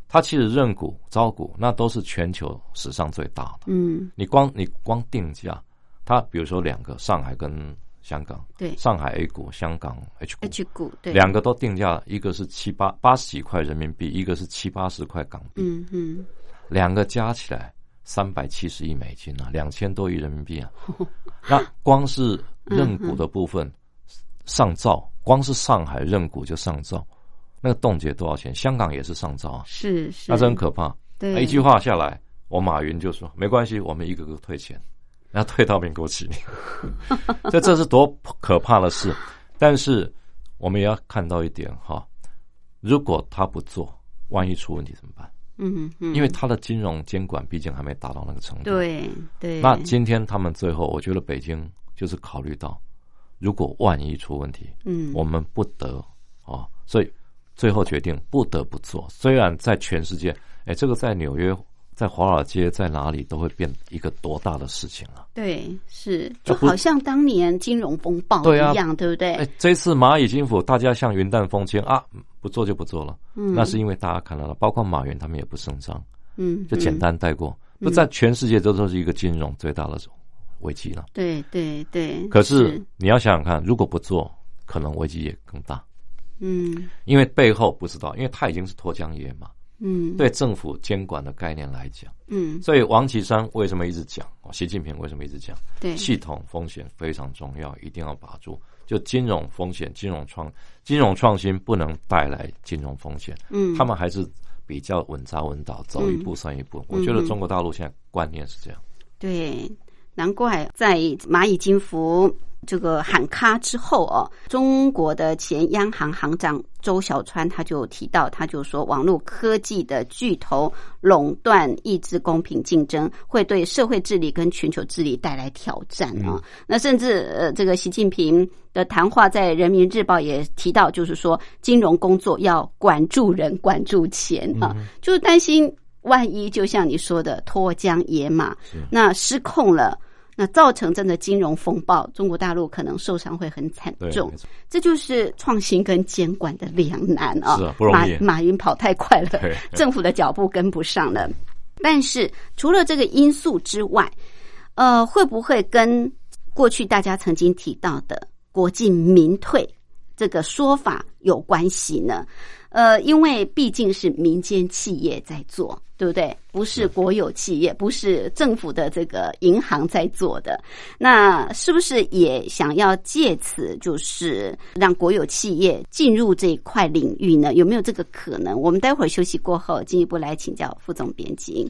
[SPEAKER 3] 它其实认股招股那都是全球史上最大的。
[SPEAKER 1] 嗯
[SPEAKER 3] 你光你光定价，它比如说两个上海跟香港，
[SPEAKER 1] 对
[SPEAKER 3] 上海 A 股、香港 H 股，
[SPEAKER 1] ，H 股对，
[SPEAKER 3] 两个都定价，一个是七八八十几块人民币，一个是七八十块港币，
[SPEAKER 1] 嗯嗯，
[SPEAKER 3] 两个加起来三百七十亿美金啊，两千多亿人民币啊。 *laughs* 那光是认股的部分上兆，光是上海认股就上兆，那个冻结多少钱？香港也是上兆啊，
[SPEAKER 1] 是嗯是，
[SPEAKER 3] 那真可怕。
[SPEAKER 1] 对，
[SPEAKER 3] 一句话下来，我马云就说没关系，我们一个个退钱，然后退到民国几年，这这是多可怕的事。但是我们也要看到一点哈，如果他不做，万一出问题怎么办？
[SPEAKER 1] 嗯嗯，
[SPEAKER 3] 因为他的金融监管毕竟还没达到那个程度。，
[SPEAKER 1] 对对，
[SPEAKER 3] 那今天他们最后，我觉得北京就是考虑到，如果万一出问题，
[SPEAKER 1] 嗯
[SPEAKER 3] 我们不得哦，所以最后决定不得不做。虽然在全世界，哎，这个在纽约、在华尔街、在哪里都会变一个多大的事情啊！
[SPEAKER 1] 对是，
[SPEAKER 3] 那
[SPEAKER 1] 就
[SPEAKER 3] 不
[SPEAKER 1] 好像当年金融风暴
[SPEAKER 3] 对啊
[SPEAKER 1] 一样，对不对
[SPEAKER 3] 哎？，这次蚂蚁金服大家像云淡风轻啊，不做就不做了，
[SPEAKER 1] 嗯
[SPEAKER 3] 那是因为大家看到了，包括马云他们也不声张，
[SPEAKER 1] 嗯，
[SPEAKER 3] 就简
[SPEAKER 1] 嗯，
[SPEAKER 3] 单带过。那、在全世界这都是一个金融最大的危机了。
[SPEAKER 1] 对对对，
[SPEAKER 3] 可是你要想想看，如果不做，可能危机也更大，
[SPEAKER 1] 嗯
[SPEAKER 3] 因为背后不知道，因为它已经是脱缰野马。
[SPEAKER 1] 嗯，
[SPEAKER 3] 对政府监管的概念来讲，
[SPEAKER 1] 嗯
[SPEAKER 3] 所以王岐山为什么一直讲，哦习近平为什么一直讲，
[SPEAKER 1] 对，
[SPEAKER 3] 系统风险非常重要，一定要把住。就金融风险、金融创、金融创新不能带来金融风险，
[SPEAKER 1] 嗯，
[SPEAKER 3] 他们还是比较稳扎稳打，走一步算一
[SPEAKER 1] 嗯
[SPEAKER 3] 步。我觉得中国大陆现在观念是这样。
[SPEAKER 1] 对，难怪在蚂蚁金服这个喊卡之后哦，中国的前央行行长周小川他就提到，他就说，网络科技的巨头垄断、抑制公平竞争，会对社会治理跟全球治理带来挑战啊、那甚至呃，这个习近平的谈话在《人民日报》也提到，就是说金融工作要管住人、管住钱
[SPEAKER 3] 嗯
[SPEAKER 1] 啊，就是担心万一就像你说的脱缰野马，那失控了。那造成真的金融风暴，中国大陆可能受伤会很惨
[SPEAKER 3] 对，
[SPEAKER 1] 重
[SPEAKER 3] 没，错
[SPEAKER 1] 这就是创新跟监管的两难啊！
[SPEAKER 3] 是啊不容易
[SPEAKER 1] 马马云跑太快
[SPEAKER 3] *laughs*
[SPEAKER 1] 了， *laughs*
[SPEAKER 3] 对
[SPEAKER 1] 政府的脚步跟不上了。但是除了这个因素之外，呃，会不会跟过去大家曾经提到的国进民退这个说法有关系呢？呃，因为毕竟是民间企业在做，对不对？不是国有企业，不是政府的这个银行在做的，那是不是也想要借此就是让国有企业进入这一块领域呢？有没有这个可能？我们待会儿休息过后进一步来请教副总编辑。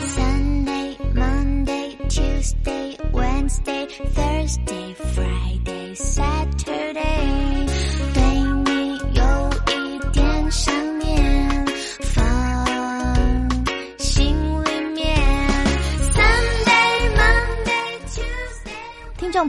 [SPEAKER 2] Sunday, Monday, Tuesday, Wednesday, Thursday, Friday, Saturday。对你有一点想念，放心里面。Sunday, Monday, Tuesday。
[SPEAKER 5] 听众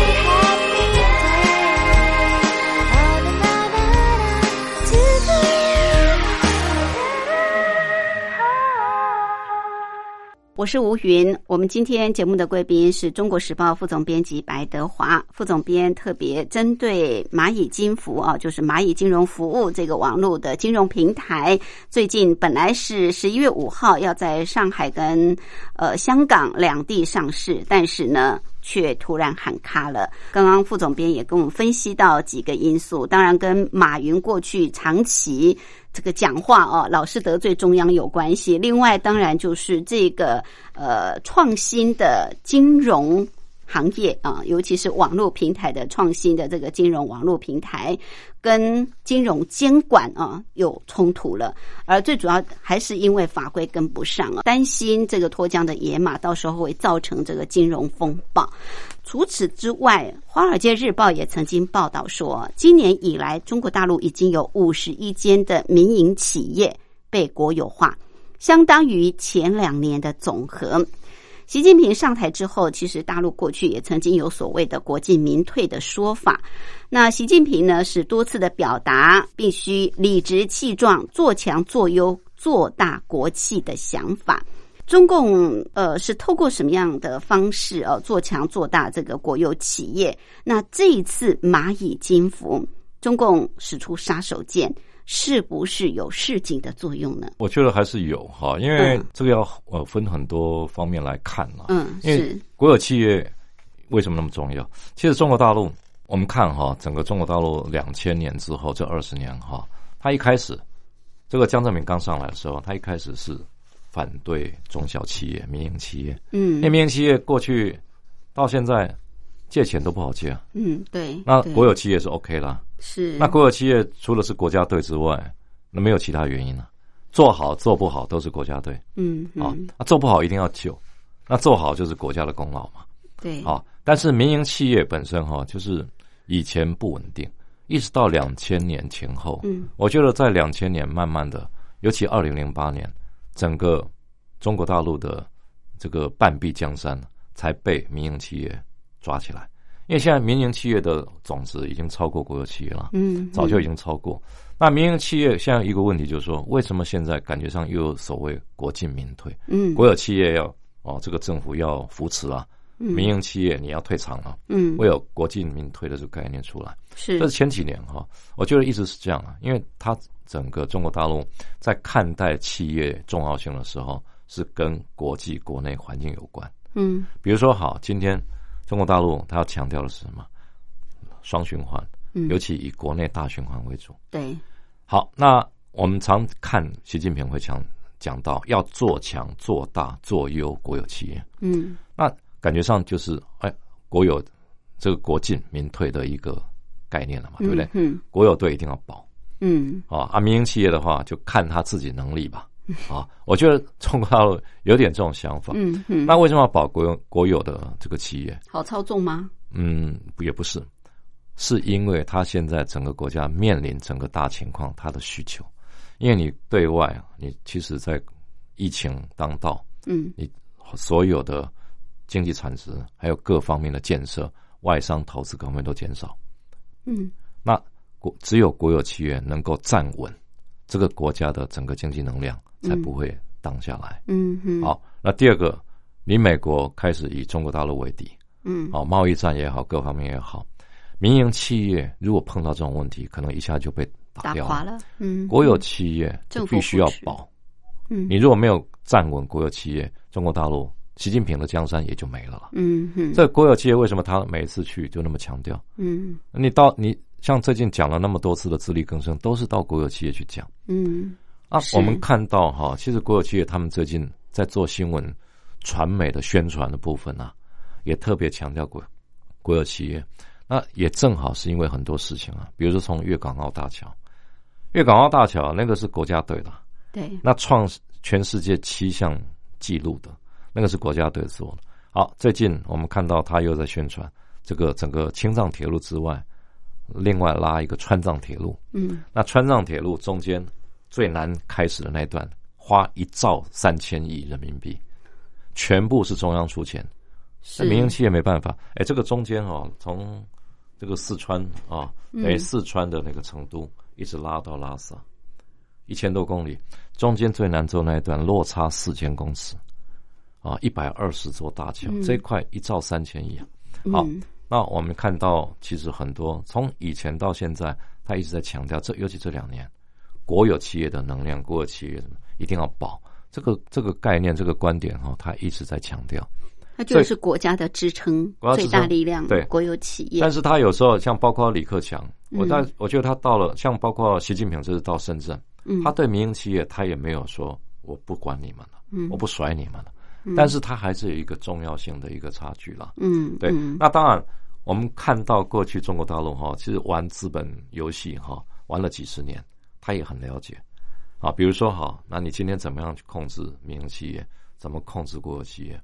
[SPEAKER 2] day. Oh, na, na, na, na, to the you.
[SPEAKER 1] 我是吴云，我们今天节目的贵宾是中国时报副总编辑白德华副总编，特别针对蚂蚁金服啊，就是蚂蚁金融服务这个网络的金融平台，最近本来是十一月五号要在上海跟呃香港两地上市，但是呢。却突然喊卡了。刚刚副总编也跟我们分析到几个因素，当然跟马云过去长期这个讲话哦，老是得罪中央有关系。另外，当然就是这个呃创新的金融。行业啊、尤其是网络平台的创新的这个金融网络平台，跟金融监管啊、有冲突了。而呃最主要还是因为法规跟不上啊，担心这个脱缰的野马到时候会造成这个金融风暴。除此之外，《华尔街日报》也曾经报道说，今年以来，中国大陆已经有五十一间的民营企业被国有化，相当于前两年的总和。习近平上台之后，其实大陆过去也曾经有所谓的“国进民退”的说法。那习近平呢，是多次的表达必须理直气壮、做强、做优、做大国企的想法。中共呃是透过什么样的方式呃做强做大这个国有企业？那这一次蚂蚁金服，中共使出杀手锏，是不是有示警的作用呢？
[SPEAKER 3] 我觉得还是有哈，因为
[SPEAKER 1] 嗯
[SPEAKER 3] 这个要呃分很多方面来看啊。
[SPEAKER 1] 嗯，
[SPEAKER 3] 因为
[SPEAKER 1] 是，
[SPEAKER 3] 国有企业为什么那么重要？其实中国大陆，我们看哈，整个中国大陆两千年之后这二十年哈，他一开始，这个江泽民刚上来的时候，他一开始是反对中小企业、民营企业，
[SPEAKER 1] 嗯
[SPEAKER 3] 那民营企业过去到现在借钱都不好借啊，
[SPEAKER 1] 嗯，对，
[SPEAKER 3] 那
[SPEAKER 1] 对嗯
[SPEAKER 3] 国有企业是 OK 啦，
[SPEAKER 1] 是
[SPEAKER 3] 那国有企业除了是国家队之外，那没有其他原因了、啊做好做不好都是国家队
[SPEAKER 1] 嗯
[SPEAKER 3] 啊
[SPEAKER 1] 嗯，
[SPEAKER 3] 那做不好一定要救，那做好就是国家的功劳嘛。
[SPEAKER 1] 对，
[SPEAKER 3] 啊，但是民营企业本身哈、就是以前不稳定，一直到两千年前后，
[SPEAKER 1] 嗯
[SPEAKER 3] 我觉得在两千年慢慢的，尤其二零零八年，整个中国大陆的这个半壁江山才被民营企业抓起来，因为现在民营企业的总值已经超过国有企业了，
[SPEAKER 1] 嗯，
[SPEAKER 3] 早就已经超过。那民营企业现在一个问题就是说，为什么现在感觉上又有所谓国进民退？
[SPEAKER 1] 嗯
[SPEAKER 3] 国有企业要哦，这个政府要扶持啊，民
[SPEAKER 1] 嗯
[SPEAKER 3] 营企业你要退场了，
[SPEAKER 1] 嗯
[SPEAKER 3] 会有国进民退的这个概念出来。
[SPEAKER 1] 是
[SPEAKER 3] 这是前几年哈、我觉得一直是这样啊，因为它整个中国大陆在看待企业重要性的时候，是跟国际国内环境有关。
[SPEAKER 1] 嗯
[SPEAKER 3] 比如说，好，今天中国大陆它要强调的是什么？双循环，
[SPEAKER 1] 嗯，
[SPEAKER 3] 尤其以国内大循环为主。
[SPEAKER 1] 对
[SPEAKER 3] 好，那我们常看习近平会强讲到要做强、做大、做优国有企业。
[SPEAKER 1] 嗯
[SPEAKER 3] 那感觉上就是哎，国有这个国进民退的一个概念了啊嘛，对不对？
[SPEAKER 1] 嗯
[SPEAKER 3] 国有队一定要保
[SPEAKER 1] 嗯
[SPEAKER 3] 啊啊，民营企业的话就看他自己能力吧。啊，我觉得中国大陆有点这种想法。
[SPEAKER 1] 嗯嗯，
[SPEAKER 3] 那为什么要保国有国有的这个企业？
[SPEAKER 1] 好操纵吗？
[SPEAKER 3] 嗯，也不是，是因为他现在整个国家面临整个大情况，他的需求，因为你对外啊，你其实，在疫情当道，
[SPEAKER 1] 嗯
[SPEAKER 3] 所有的经济产值，还有各方面的建设、外商投资各方面都减少。
[SPEAKER 1] 嗯
[SPEAKER 3] 那国只有国有企业能够站稳这个国家的整个经济能量，才不会荡下来。
[SPEAKER 1] 嗯嗯，
[SPEAKER 3] 好，那第二个，你美国开始以中国大陆为敌，
[SPEAKER 1] 嗯
[SPEAKER 3] 好，贸易战也好，各方面也好，民营企业如果碰到这种问题，可能一下就被打
[SPEAKER 1] 打
[SPEAKER 3] 掉
[SPEAKER 1] 垮了，嗯，
[SPEAKER 3] 国有企业就
[SPEAKER 1] 政府
[SPEAKER 3] 必须要
[SPEAKER 1] 扶持
[SPEAKER 3] 保，
[SPEAKER 1] 嗯
[SPEAKER 3] 你如果没有站稳国有企业，中国大陆习近平的江山也就没了啦。
[SPEAKER 1] 嗯嗯
[SPEAKER 3] 这国有企业为什么他每一次去就那么强调？
[SPEAKER 1] 嗯
[SPEAKER 3] 你到你像最近讲了那么多次的自力更生，都是到国有企业去讲
[SPEAKER 1] 嗯
[SPEAKER 3] 啊
[SPEAKER 1] 是。
[SPEAKER 3] 我们看到哈，其实国有企业他们最近在做新闻、传媒的宣传的部分啊，也特别强调国国有企业。那也正好是因为很多事情啊，比如说从粤港澳大桥，粤港澳大桥那个是国家队的，
[SPEAKER 1] 对，
[SPEAKER 3] 那创全世界七项纪录的那个是国家队做的。好，最近我们看到他又在宣传这个整个青藏铁路之外，另外拉一个川藏铁路。
[SPEAKER 1] 嗯
[SPEAKER 3] 那川藏铁路中间最难开始的那一段，花一兆三千亿人民币，全部是中央出钱，
[SPEAKER 1] 是
[SPEAKER 3] 那民营企业没办法。哎，这个中间哦，从这个四川啊，哎，四川的那个成都一直拉到拉萨，一千多公里，中间最难做那一段落差四千公尺，啊，一百二十座大桥，这一块一兆三千亿啊。好，
[SPEAKER 1] 嗯
[SPEAKER 3] 那我们看到其实很多从以前到现在，他一直在强调这，尤其这两年，国有企业的能量，国有企业什么一定要保。这个这个概念，这个观点哈、哦，他一直在强调。
[SPEAKER 1] 它就是国家的支撑，
[SPEAKER 3] 国家支
[SPEAKER 1] 最
[SPEAKER 3] 撑
[SPEAKER 1] 大力量，
[SPEAKER 3] 对
[SPEAKER 1] 国有企业，
[SPEAKER 3] 但是他有时候像包括李克强，我
[SPEAKER 1] 嗯
[SPEAKER 3] 在我觉得他到了，像包括习近平这次到深圳，
[SPEAKER 1] 嗯
[SPEAKER 3] 他对民营企业他也没有说我不管你们了，
[SPEAKER 1] 嗯
[SPEAKER 3] 我不甩你们了，但是它还是有一个重要性的一个差距啦。
[SPEAKER 1] 嗯，
[SPEAKER 3] 对，
[SPEAKER 1] 嗯
[SPEAKER 3] 那当然，我们看到过去中国大陆哈，其实玩资本游戏哈，玩了几十年，他也很了解啊。比如说哈，那你今天怎么样去控制民营企业？怎么控制国有企业？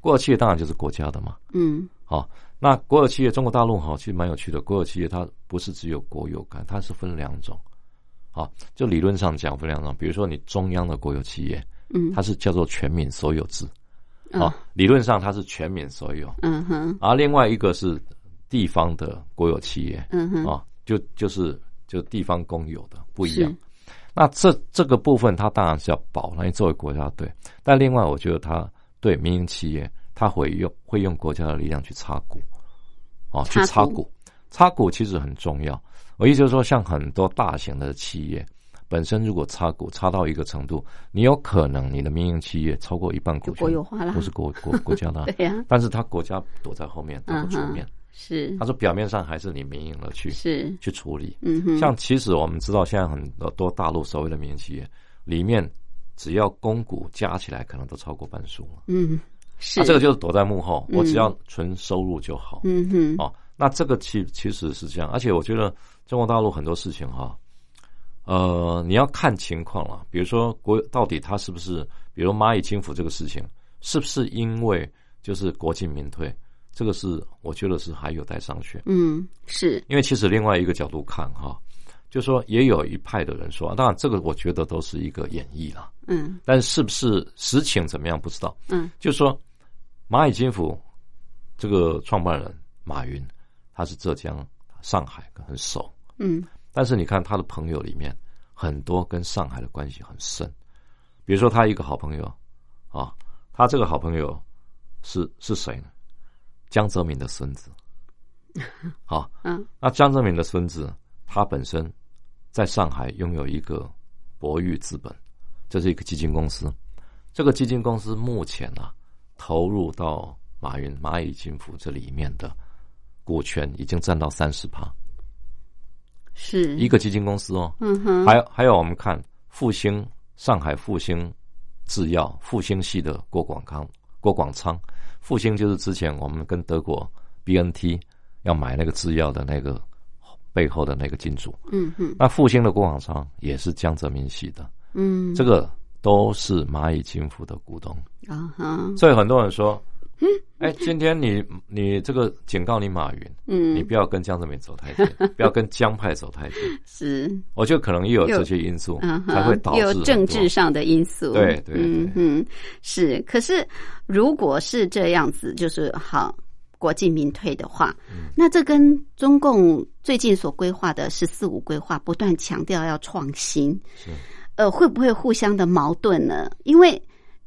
[SPEAKER 3] 国有企业当然就是国家的嘛。
[SPEAKER 1] 嗯
[SPEAKER 3] 好，那国有企业，中国大陆哈，其实蛮有趣的。国有企业它不是只有国有感，它是分两种。好，就理论上讲分两种，比如说你中央的国有企业，
[SPEAKER 1] 嗯，
[SPEAKER 3] 它是叫做全民所有制。
[SPEAKER 1] 嗯
[SPEAKER 3] 好，理论上它是全民所有。
[SPEAKER 1] 嗯哼，
[SPEAKER 3] 而另外一个是地方的国有企业
[SPEAKER 1] 嗯哼，
[SPEAKER 3] 啊，就就是就地方公有的不一样
[SPEAKER 1] 是。
[SPEAKER 3] 那这这个部分，它当然是要保，那作为国家队。但另外，我觉得它对民营企业，它会用会用国家的力量去插股，哦，去
[SPEAKER 1] 插
[SPEAKER 3] 插
[SPEAKER 1] 股
[SPEAKER 3] 股，插股其实很重要。我意思就是说，像很多大型的企业本身，如果插股插到一个程度，你有可能你的民营企业超过一半
[SPEAKER 1] 就
[SPEAKER 3] 股权
[SPEAKER 1] 国有化啦
[SPEAKER 3] 不，是国国国家的啊、
[SPEAKER 1] *laughs* 对呀，
[SPEAKER 3] 但是它国家躲在后面，它不出
[SPEAKER 1] 嗯哼
[SPEAKER 3] 面。
[SPEAKER 1] 是
[SPEAKER 3] 他说表面上还是你民营了去
[SPEAKER 1] 是，
[SPEAKER 3] 去处理。
[SPEAKER 1] 嗯哼，
[SPEAKER 3] 像其实我们知道，现在很多大陆所谓的民营企业里面，只要公股加起来，可能都超过半数了。
[SPEAKER 1] 嗯是
[SPEAKER 3] 啊那这个就是躲在幕后，
[SPEAKER 1] 嗯
[SPEAKER 3] 我只要纯收入就好。
[SPEAKER 1] 嗯哼，
[SPEAKER 3] 哦，那这个其其实是这样，而且我觉得中国大陆很多事情哈、呃，你要看情况了。比如说国到底它是不是，比如蚂蚁金服这个事情，是不是因为就是国进民退，这个是我觉得是还有待商榷。
[SPEAKER 1] 嗯是，
[SPEAKER 3] 因为其实另外一个角度看哈，就说也有一派的人说，啊当然这个我觉得都是一个演绎啦，
[SPEAKER 1] 嗯
[SPEAKER 3] 但是是不是实情怎么样不知道。
[SPEAKER 1] 嗯，
[SPEAKER 3] 就说蚂蚁金服这个创办人马云，他是浙江、上海很熟，
[SPEAKER 1] 嗯
[SPEAKER 3] 但是你看他的朋友里面很多跟上海的关系很深，比如说他一个好朋友啊，他这个好朋友是是谁呢？江泽民的孙子，啊，
[SPEAKER 1] 嗯
[SPEAKER 3] 那江泽民的孙子，他本身在上海拥有一个博裕资本，这是一个基金公司。这个基金公司目前啊，投入到马云蚂蚁金服这里面的股权已经占到三十趴，
[SPEAKER 1] 是
[SPEAKER 3] 一个基金公司哦。
[SPEAKER 1] 嗯哼
[SPEAKER 3] 还有还有，我们看复兴上海复兴制药复兴系的郭广康郭广昌，复兴就是之前我们跟德国 BNT 要买那个制药的那个背后的那个金主。
[SPEAKER 1] 嗯哼
[SPEAKER 3] 那复兴的郭广昌也是江泽民系的，
[SPEAKER 1] 嗯
[SPEAKER 3] 这个都是蚂蚁金服的股东。
[SPEAKER 1] 啊哈
[SPEAKER 3] 所以很多人说，
[SPEAKER 1] 嗯
[SPEAKER 3] 哎，今天你你这个警告你马云，你
[SPEAKER 1] 嗯
[SPEAKER 3] 不要跟江泽民走
[SPEAKER 1] *laughs*
[SPEAKER 3] 太近，不要跟江派走太近。
[SPEAKER 1] 是
[SPEAKER 3] 我觉得可能也有
[SPEAKER 1] 又
[SPEAKER 3] 这些因素
[SPEAKER 1] 嗯
[SPEAKER 3] 才会
[SPEAKER 1] 哼，
[SPEAKER 3] 导
[SPEAKER 1] 也
[SPEAKER 3] 致
[SPEAKER 1] 有
[SPEAKER 3] 很
[SPEAKER 1] 政
[SPEAKER 3] 多
[SPEAKER 1] 治上的因素，
[SPEAKER 3] 对对对
[SPEAKER 1] 嗯哼是。可是如果是这样子，就是好国进民退的话，
[SPEAKER 3] 嗯
[SPEAKER 1] 那这跟中共最近所规划的“十四五”规划不断强调要创新，呃，会不会互相的矛盾呢？因为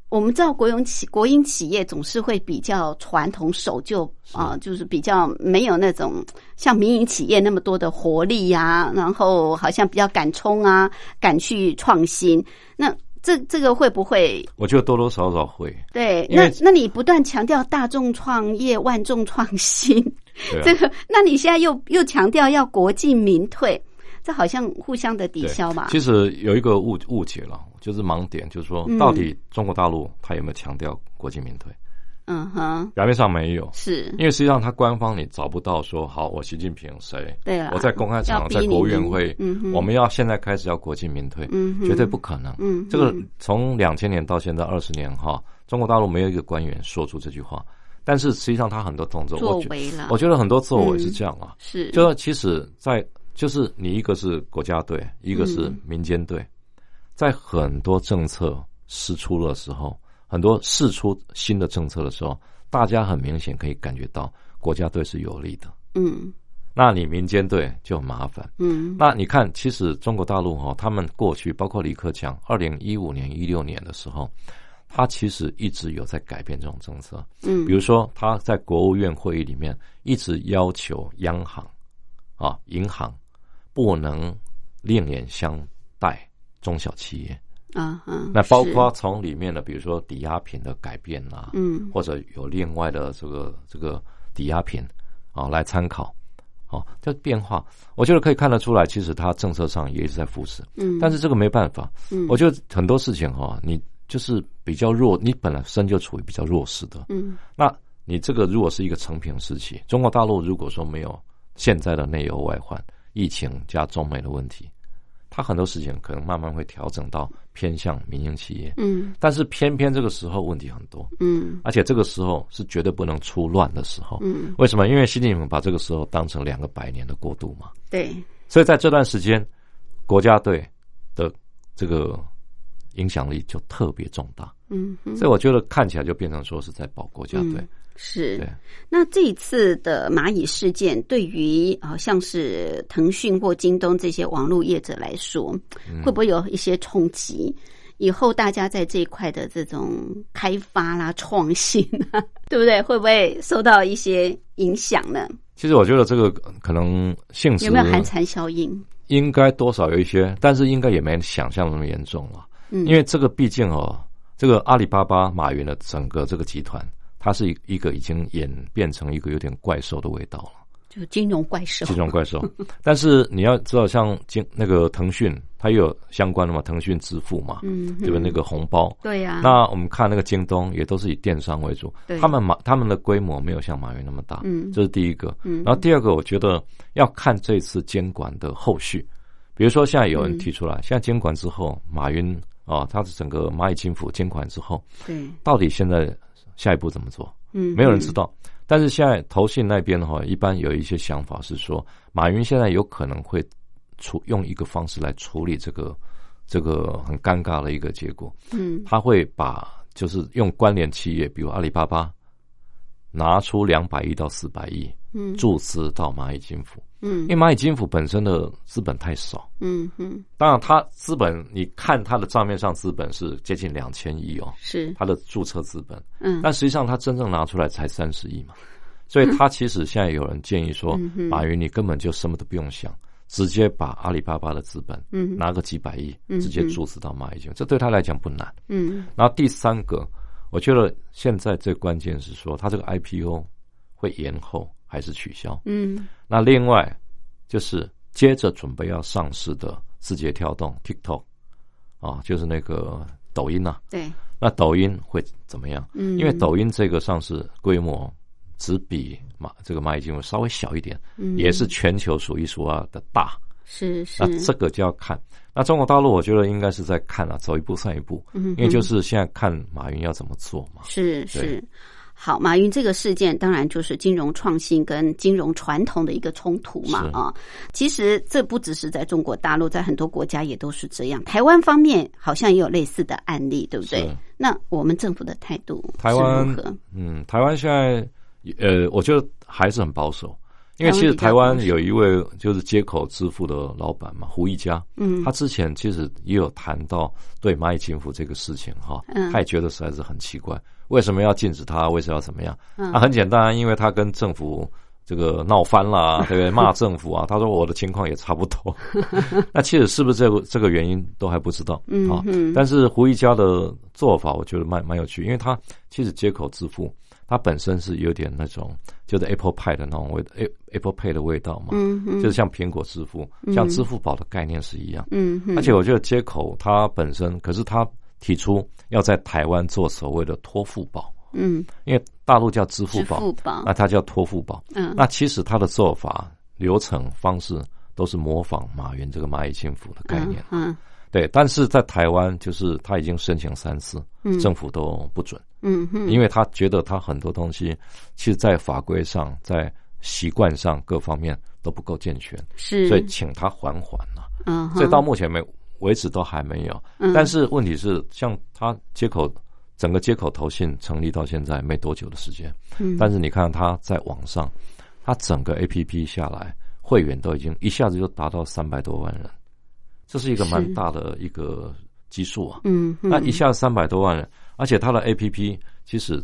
[SPEAKER 1] 我们知道国营企国营企业总是会比较传统守旧啊、就是比较没有那种像民营企业那么多的活力呀、然后好像比较敢冲啊，敢去创新。那这这个会不会
[SPEAKER 3] 我觉得多多少少会，
[SPEAKER 1] 对？
[SPEAKER 3] 因
[SPEAKER 1] 那
[SPEAKER 3] 为
[SPEAKER 1] 那你不断强调大众创业、万众创新，
[SPEAKER 3] 对、啊、
[SPEAKER 1] *laughs* 这个，那你现在又又强调要国进民退，这好像互相的抵
[SPEAKER 3] 对
[SPEAKER 1] 消吧？
[SPEAKER 3] 其实有一个误误解了，就是盲点，就是说
[SPEAKER 1] 嗯
[SPEAKER 3] 到底中国大陆它有没有强调国进民退？
[SPEAKER 1] 嗯哼，
[SPEAKER 3] 表面上没有，
[SPEAKER 1] 是
[SPEAKER 3] 因为实际上它官方你找不到说好，我习近平谁，
[SPEAKER 1] 对了。
[SPEAKER 3] 我在公开场
[SPEAKER 1] 要
[SPEAKER 3] 合，
[SPEAKER 1] 逼
[SPEAKER 3] 在
[SPEAKER 1] 你
[SPEAKER 3] 国务院会，
[SPEAKER 1] 嗯哼
[SPEAKER 3] 我们要现在开始要国进民退，
[SPEAKER 1] 嗯哼
[SPEAKER 3] 绝对不可能。
[SPEAKER 1] 嗯哼
[SPEAKER 3] 这个从两千年到现在二十年哈，中国大陆没有一个官员说出这句话，但是实际上他很多动作，
[SPEAKER 1] 作
[SPEAKER 3] 我觉
[SPEAKER 1] 为了，
[SPEAKER 3] 我觉得很多作为
[SPEAKER 1] 嗯
[SPEAKER 3] 是这样啊，
[SPEAKER 1] 是
[SPEAKER 3] 就说其实在，就是你一个是国家队，一个是民间队，在很多政策释出的时候，很多释出新的政策的时候，大家很明显可以感觉到国家队是有利的，
[SPEAKER 1] 嗯
[SPEAKER 3] 那你民间队就很麻烦。
[SPEAKER 1] 嗯
[SPEAKER 3] 那你看，其实中国大陆哈、他们过去包括李克强，二零一五年、一六年的时候，他其实一直有在改变这种政策。
[SPEAKER 1] 嗯，
[SPEAKER 3] 比如说他在国务院会议里面一直要求央行啊银行不能另眼相待中小企业，
[SPEAKER 1] 啊嗯，
[SPEAKER 3] 那包
[SPEAKER 1] 是
[SPEAKER 3] 括从里面的比如说抵押品的改变啊，
[SPEAKER 1] 嗯
[SPEAKER 3] 或者有另外的这个这个抵押品啊来参考。哦，这变化，我觉得可以看得出来，其实它政策上也一直在扶持，
[SPEAKER 1] 嗯，
[SPEAKER 3] 但是这个没办法，
[SPEAKER 1] 嗯
[SPEAKER 3] 我觉得很多事情哈、你就是比较弱，你本来身就处于比较弱势的。
[SPEAKER 1] 嗯
[SPEAKER 3] 那你这个如果是一个成平时期，中国大陆如果说没有现在的内忧外患、疫情加中美的问题，它很多事情可能慢慢会调整到偏向民营企业。
[SPEAKER 1] 嗯
[SPEAKER 3] 但是偏偏这个时候问题很多，
[SPEAKER 1] 嗯
[SPEAKER 3] 而且这个时候是绝对不能出乱的时候。
[SPEAKER 1] 嗯，
[SPEAKER 3] 为什么？因为习近平把这个时候当成两个百年的过渡嘛。
[SPEAKER 1] 对，
[SPEAKER 3] 所以在这段时间，国家队的这个影响力就特别重大。
[SPEAKER 1] 嗯，嗯
[SPEAKER 3] 所以我觉得看起来就变成说是在保国家队
[SPEAKER 1] 嗯。是
[SPEAKER 3] 对。
[SPEAKER 1] 那这一次的蚂蚁事件，对于好像是腾讯或京东这些网络业者来说，
[SPEAKER 3] 嗯
[SPEAKER 1] 会不会有一些冲击？以后大家在这一块的这种开发啦、创新啊， *laughs* 对不对？会不会受到一些影响呢？
[SPEAKER 3] 其实我觉得这个呃可能性质
[SPEAKER 1] 有没有寒蝉效应？
[SPEAKER 3] 应该多少有一些，但是应该也没想象那么严重了。
[SPEAKER 1] 嗯，
[SPEAKER 3] 因为这个毕竟哦，这个阿里巴巴、马云的整个这个集团，它是一一个已经演变成一个有点怪兽的味道了。
[SPEAKER 1] 就金融怪兽，
[SPEAKER 3] 这种怪兽。但是你要知道，像今那个腾讯，它也有相关的嘛，腾讯支付嘛，
[SPEAKER 1] 嗯，
[SPEAKER 3] 对吧？那
[SPEAKER 1] 嗯
[SPEAKER 3] 个红包。
[SPEAKER 1] 对呀、
[SPEAKER 3] 那我们看那个京东，也都是以电商为主
[SPEAKER 1] 对，
[SPEAKER 3] 他们马他们的规模没有像马云那么大，
[SPEAKER 1] 嗯
[SPEAKER 3] 这是第一个。
[SPEAKER 1] 嗯
[SPEAKER 3] 然后第二个，我觉得要看这次监管的后续，比如说现在有
[SPEAKER 1] 嗯
[SPEAKER 3] 人提出来，现在监管之后，马云啊，他的整个蚂蚁金服监管之后，
[SPEAKER 1] 对，
[SPEAKER 3] 到底现在下一步怎么做？
[SPEAKER 1] 嗯，
[SPEAKER 3] 没有人知道。但是现在投信那边哈，一般有一些想法是说，马云现在有可能会处用一个方式来处理这个这个很尴尬的一个结果，
[SPEAKER 1] 嗯，嗯，
[SPEAKER 3] 他会把就是用关联企业，比如阿里巴巴，拿出两百亿到四百亿
[SPEAKER 1] 嗯，
[SPEAKER 3] 注资到蚂蚁金服，
[SPEAKER 1] 嗯，
[SPEAKER 3] 因为蚂蚁金服本身的资本太少。
[SPEAKER 1] 嗯嗯，
[SPEAKER 3] 当然，它资本你看它的账面上资本是接近两千亿哦，
[SPEAKER 1] 是，
[SPEAKER 3] 它的注册资本，
[SPEAKER 1] 嗯，
[SPEAKER 3] 但实际上他真正拿出来才三十亿嘛，所以他其实现在有人建议说
[SPEAKER 1] 嗯哼，
[SPEAKER 3] 马云你根本就什么都不用想，直接把阿里巴巴的资本
[SPEAKER 1] 嗯
[SPEAKER 3] 拿个几百亿，
[SPEAKER 1] 嗯
[SPEAKER 3] 直接注资到蚂蚁金服，这对他来讲不难。
[SPEAKER 1] 嗯
[SPEAKER 3] 然后第三个，我觉得现在最关键是说，他这个 IPO 会延后还是取消？
[SPEAKER 1] 嗯
[SPEAKER 3] 那另外就是接着准备要上市的字节跳动 TikTok 啊，就是那个抖音呐、啊
[SPEAKER 1] 对，
[SPEAKER 3] 那抖音会怎么样？
[SPEAKER 1] 嗯，
[SPEAKER 3] 因为抖音这个上市规模只比蚂这个蚂蚁金服稍微小一点，
[SPEAKER 1] 嗯
[SPEAKER 3] 也是啊全球数一数二的大。
[SPEAKER 1] 是是
[SPEAKER 3] 那，这个就要看。那中国大陆，我觉得应该是在看啊，走一步算一步，
[SPEAKER 1] 因
[SPEAKER 3] 因为就是现在看马云要怎么做嘛。
[SPEAKER 1] 嗯是
[SPEAKER 3] 对
[SPEAKER 1] 是。好，马云这个事件当然就是金融创新跟金融传统的一个冲突嘛
[SPEAKER 3] 是
[SPEAKER 1] 啊。其实这不只是在中国大陆，在很多国家也都是这样。台湾方面好像也有类似的案例，对不对
[SPEAKER 3] 是？
[SPEAKER 1] 那我们政府的态度
[SPEAKER 3] 台湾
[SPEAKER 1] 是如何？
[SPEAKER 3] 嗯，台湾现在呃，我觉得还是很保守，因为其实
[SPEAKER 1] 台
[SPEAKER 3] 台
[SPEAKER 1] 湾
[SPEAKER 3] 湾
[SPEAKER 1] 比较保守
[SPEAKER 3] 有一位就是接口支付的老板嘛，胡一家，
[SPEAKER 1] 嗯
[SPEAKER 3] 他之前其实也有谈到对蚂蚁金服这个事情哈
[SPEAKER 1] 嗯，
[SPEAKER 3] 他也觉得实在是很奇怪，为什么要禁止他？为什么要怎么样？
[SPEAKER 1] 嗯
[SPEAKER 3] 那很简单，因为他跟政府这个闹翻
[SPEAKER 1] *laughs*
[SPEAKER 3] 了啊，对不对？骂政府啊，他说我的情况也差不多。那其实是不是这个这个原因都还不知道
[SPEAKER 1] 嗯
[SPEAKER 3] 啊。
[SPEAKER 1] 嗯
[SPEAKER 3] 但是胡一家的做法，我觉得蛮蛮有趣，因为他其实接口支付，它本身是有点那种就是 Apple Pay 的那种味，A- Apple Pay 的味道嘛，
[SPEAKER 1] 嗯嗯
[SPEAKER 3] 就是像苹果支付、像支付宝的概念是一样。
[SPEAKER 1] 嗯嗯，
[SPEAKER 3] 而且我觉得接口它本身，可是它提出要在台湾做所谓的托付宝，
[SPEAKER 1] 嗯，
[SPEAKER 3] 因为大陆叫支付
[SPEAKER 1] 支
[SPEAKER 3] 宝，
[SPEAKER 1] 付宝
[SPEAKER 3] 那，它叫托付宝。
[SPEAKER 1] 嗯
[SPEAKER 3] 那其实它的做法、流程、方式都是模仿马云这个蚂蚁金服的概念。
[SPEAKER 1] 嗯
[SPEAKER 3] 对，但是在台湾，就是他已经申请三次，
[SPEAKER 1] 嗯
[SPEAKER 3] 政府都不准，
[SPEAKER 1] 嗯嗯，
[SPEAKER 3] 因为他觉得他很多东西，其实在法规上、在习惯上各方面都不够健全，
[SPEAKER 1] 是，
[SPEAKER 3] 所以请他缓缓了、
[SPEAKER 1] 嗯，
[SPEAKER 3] 所以到
[SPEAKER 1] 哼
[SPEAKER 3] 目前没为止都还没有。
[SPEAKER 1] 嗯
[SPEAKER 3] 但是问题是，像它接口整个接口投信成立到现在没多久的时间，
[SPEAKER 1] 嗯
[SPEAKER 3] 但是你看它在网上，它整个 A P P 下来，会员都已经一下子就达到三百多万人，这是一个蛮
[SPEAKER 1] 是
[SPEAKER 3] 大的一个基数啊。
[SPEAKER 1] 嗯，
[SPEAKER 3] 那一
[SPEAKER 1] 嗯
[SPEAKER 3] 下三百多万人，而且它的 A P P 其实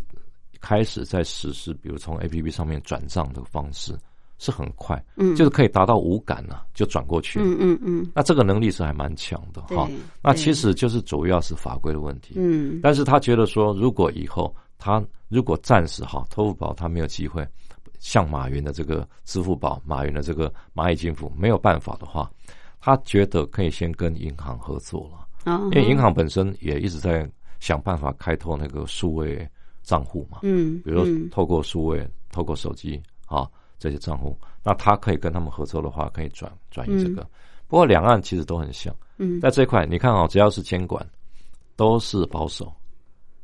[SPEAKER 3] 开始在实施，比如从 A P P 上面转账的方式是很快，
[SPEAKER 1] 嗯
[SPEAKER 3] 就是可以达到无感呢、啊，就转过去。
[SPEAKER 1] 嗯嗯嗯，
[SPEAKER 3] 那这个能力是还蛮强的
[SPEAKER 1] 对
[SPEAKER 3] 哈。那
[SPEAKER 1] 对
[SPEAKER 3] 其实就是主要是法规的问题。
[SPEAKER 1] 嗯
[SPEAKER 3] 但是他觉得说，如果以后他如果暂时哈，支付宝他没有机会，像马云的这个支付宝、马云的这个蚂蚁金服没有办法的话，他觉得可以先跟银行合作了，
[SPEAKER 1] 哦
[SPEAKER 3] 因为银行本身也一直在想办法开拓那个数位账户嘛，
[SPEAKER 1] 嗯，
[SPEAKER 3] 比如说
[SPEAKER 1] 嗯
[SPEAKER 3] 透过数位、透过手机啊这些账户，那他可以跟他们合作的话，可以转转移这个。不过两岸其实都很像，
[SPEAKER 1] 嗯，
[SPEAKER 3] 在这一块你看啊、只要是监管都是保守，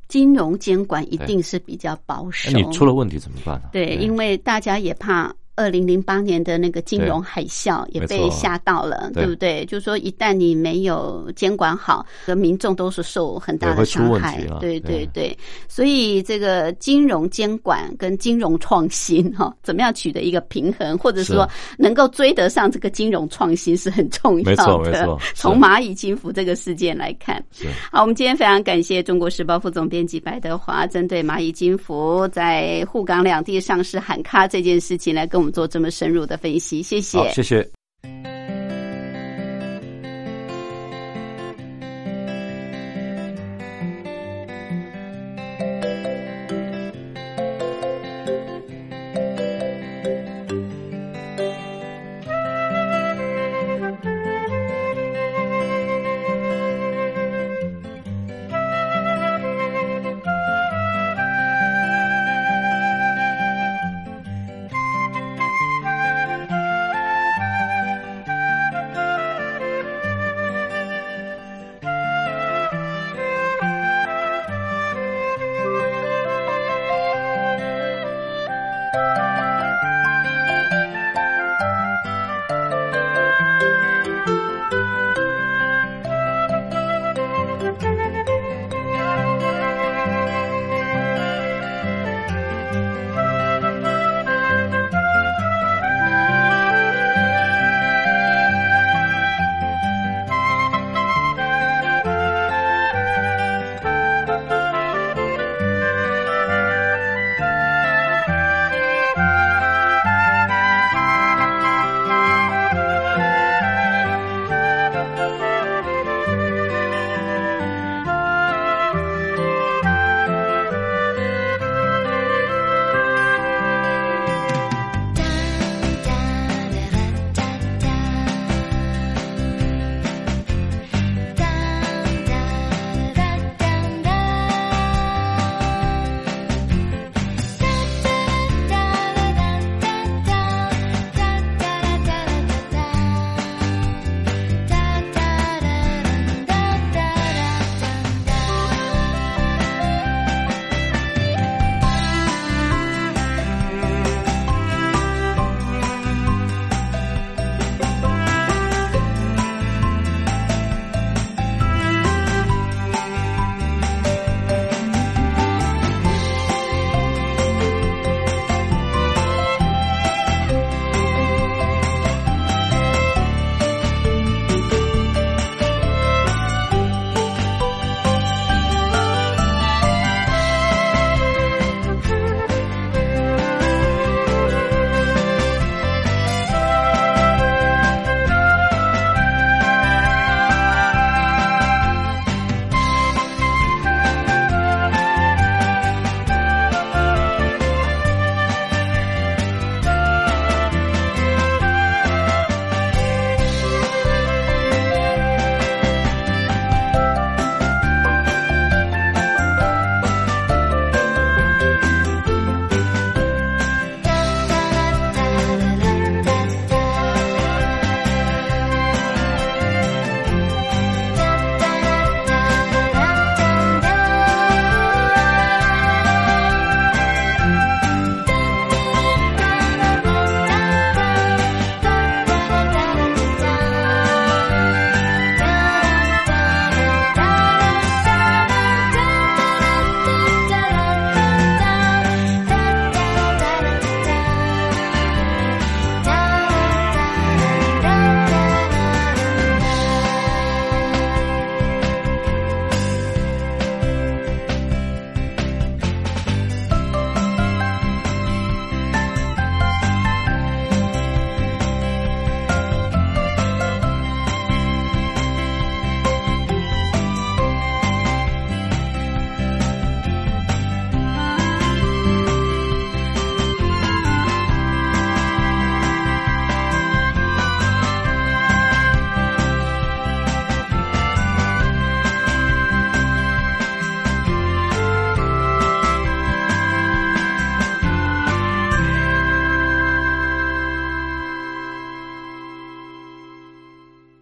[SPEAKER 1] 金融监管一定是比较保
[SPEAKER 3] 那
[SPEAKER 1] 守。
[SPEAKER 3] 哎你出了问题怎么办啊？
[SPEAKER 1] 对，因
[SPEAKER 3] 为
[SPEAKER 1] 为大家也怕。二零零八年的那个金融海啸也
[SPEAKER 3] 没
[SPEAKER 1] 被
[SPEAKER 3] 错
[SPEAKER 1] 吓到了，
[SPEAKER 3] 对
[SPEAKER 1] 对不对？就说一旦你没有监管好，民众都是受很大
[SPEAKER 3] 对
[SPEAKER 1] 的
[SPEAKER 3] 会出
[SPEAKER 1] 伤
[SPEAKER 3] 问
[SPEAKER 1] 害
[SPEAKER 3] 题啊。
[SPEAKER 1] 对对
[SPEAKER 3] 对
[SPEAKER 1] 对，所以这个金融监管跟金融创新哈、怎么样取得一个平衡，或者
[SPEAKER 3] 是
[SPEAKER 1] 说能够追得上这个金融创新是很重要的。
[SPEAKER 3] 没错没错是
[SPEAKER 1] 从蚂蚁金服这个事件来看，
[SPEAKER 3] 是
[SPEAKER 1] 好，我们今天非常感谢《中国时报》副总编辑白德华，针对蚂蚁金服在沪港两地上市喊卡这件事情，来跟我们做这么深入的分析，谢谢。
[SPEAKER 3] 好，谢谢。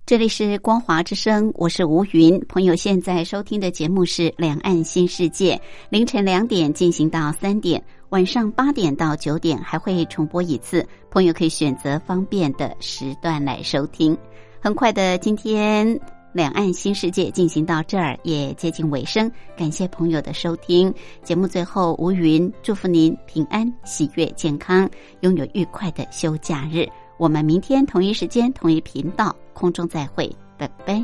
[SPEAKER 1] 这里是光华之声，我是吴云。朋友现在收听的节目是《两岸新世界》，凌晨两点进行到三点，晚上八点到九点还会重播一次。朋友可以选择方便的时段来收听。很快的，今天《两岸新世界》进行到这儿也接近尾声，感谢朋友的收听。节目最后，吴云祝福您平安、喜悦、健康，拥有愉快的休假日。我们明天同一时间、同一频道空中再会，拜拜。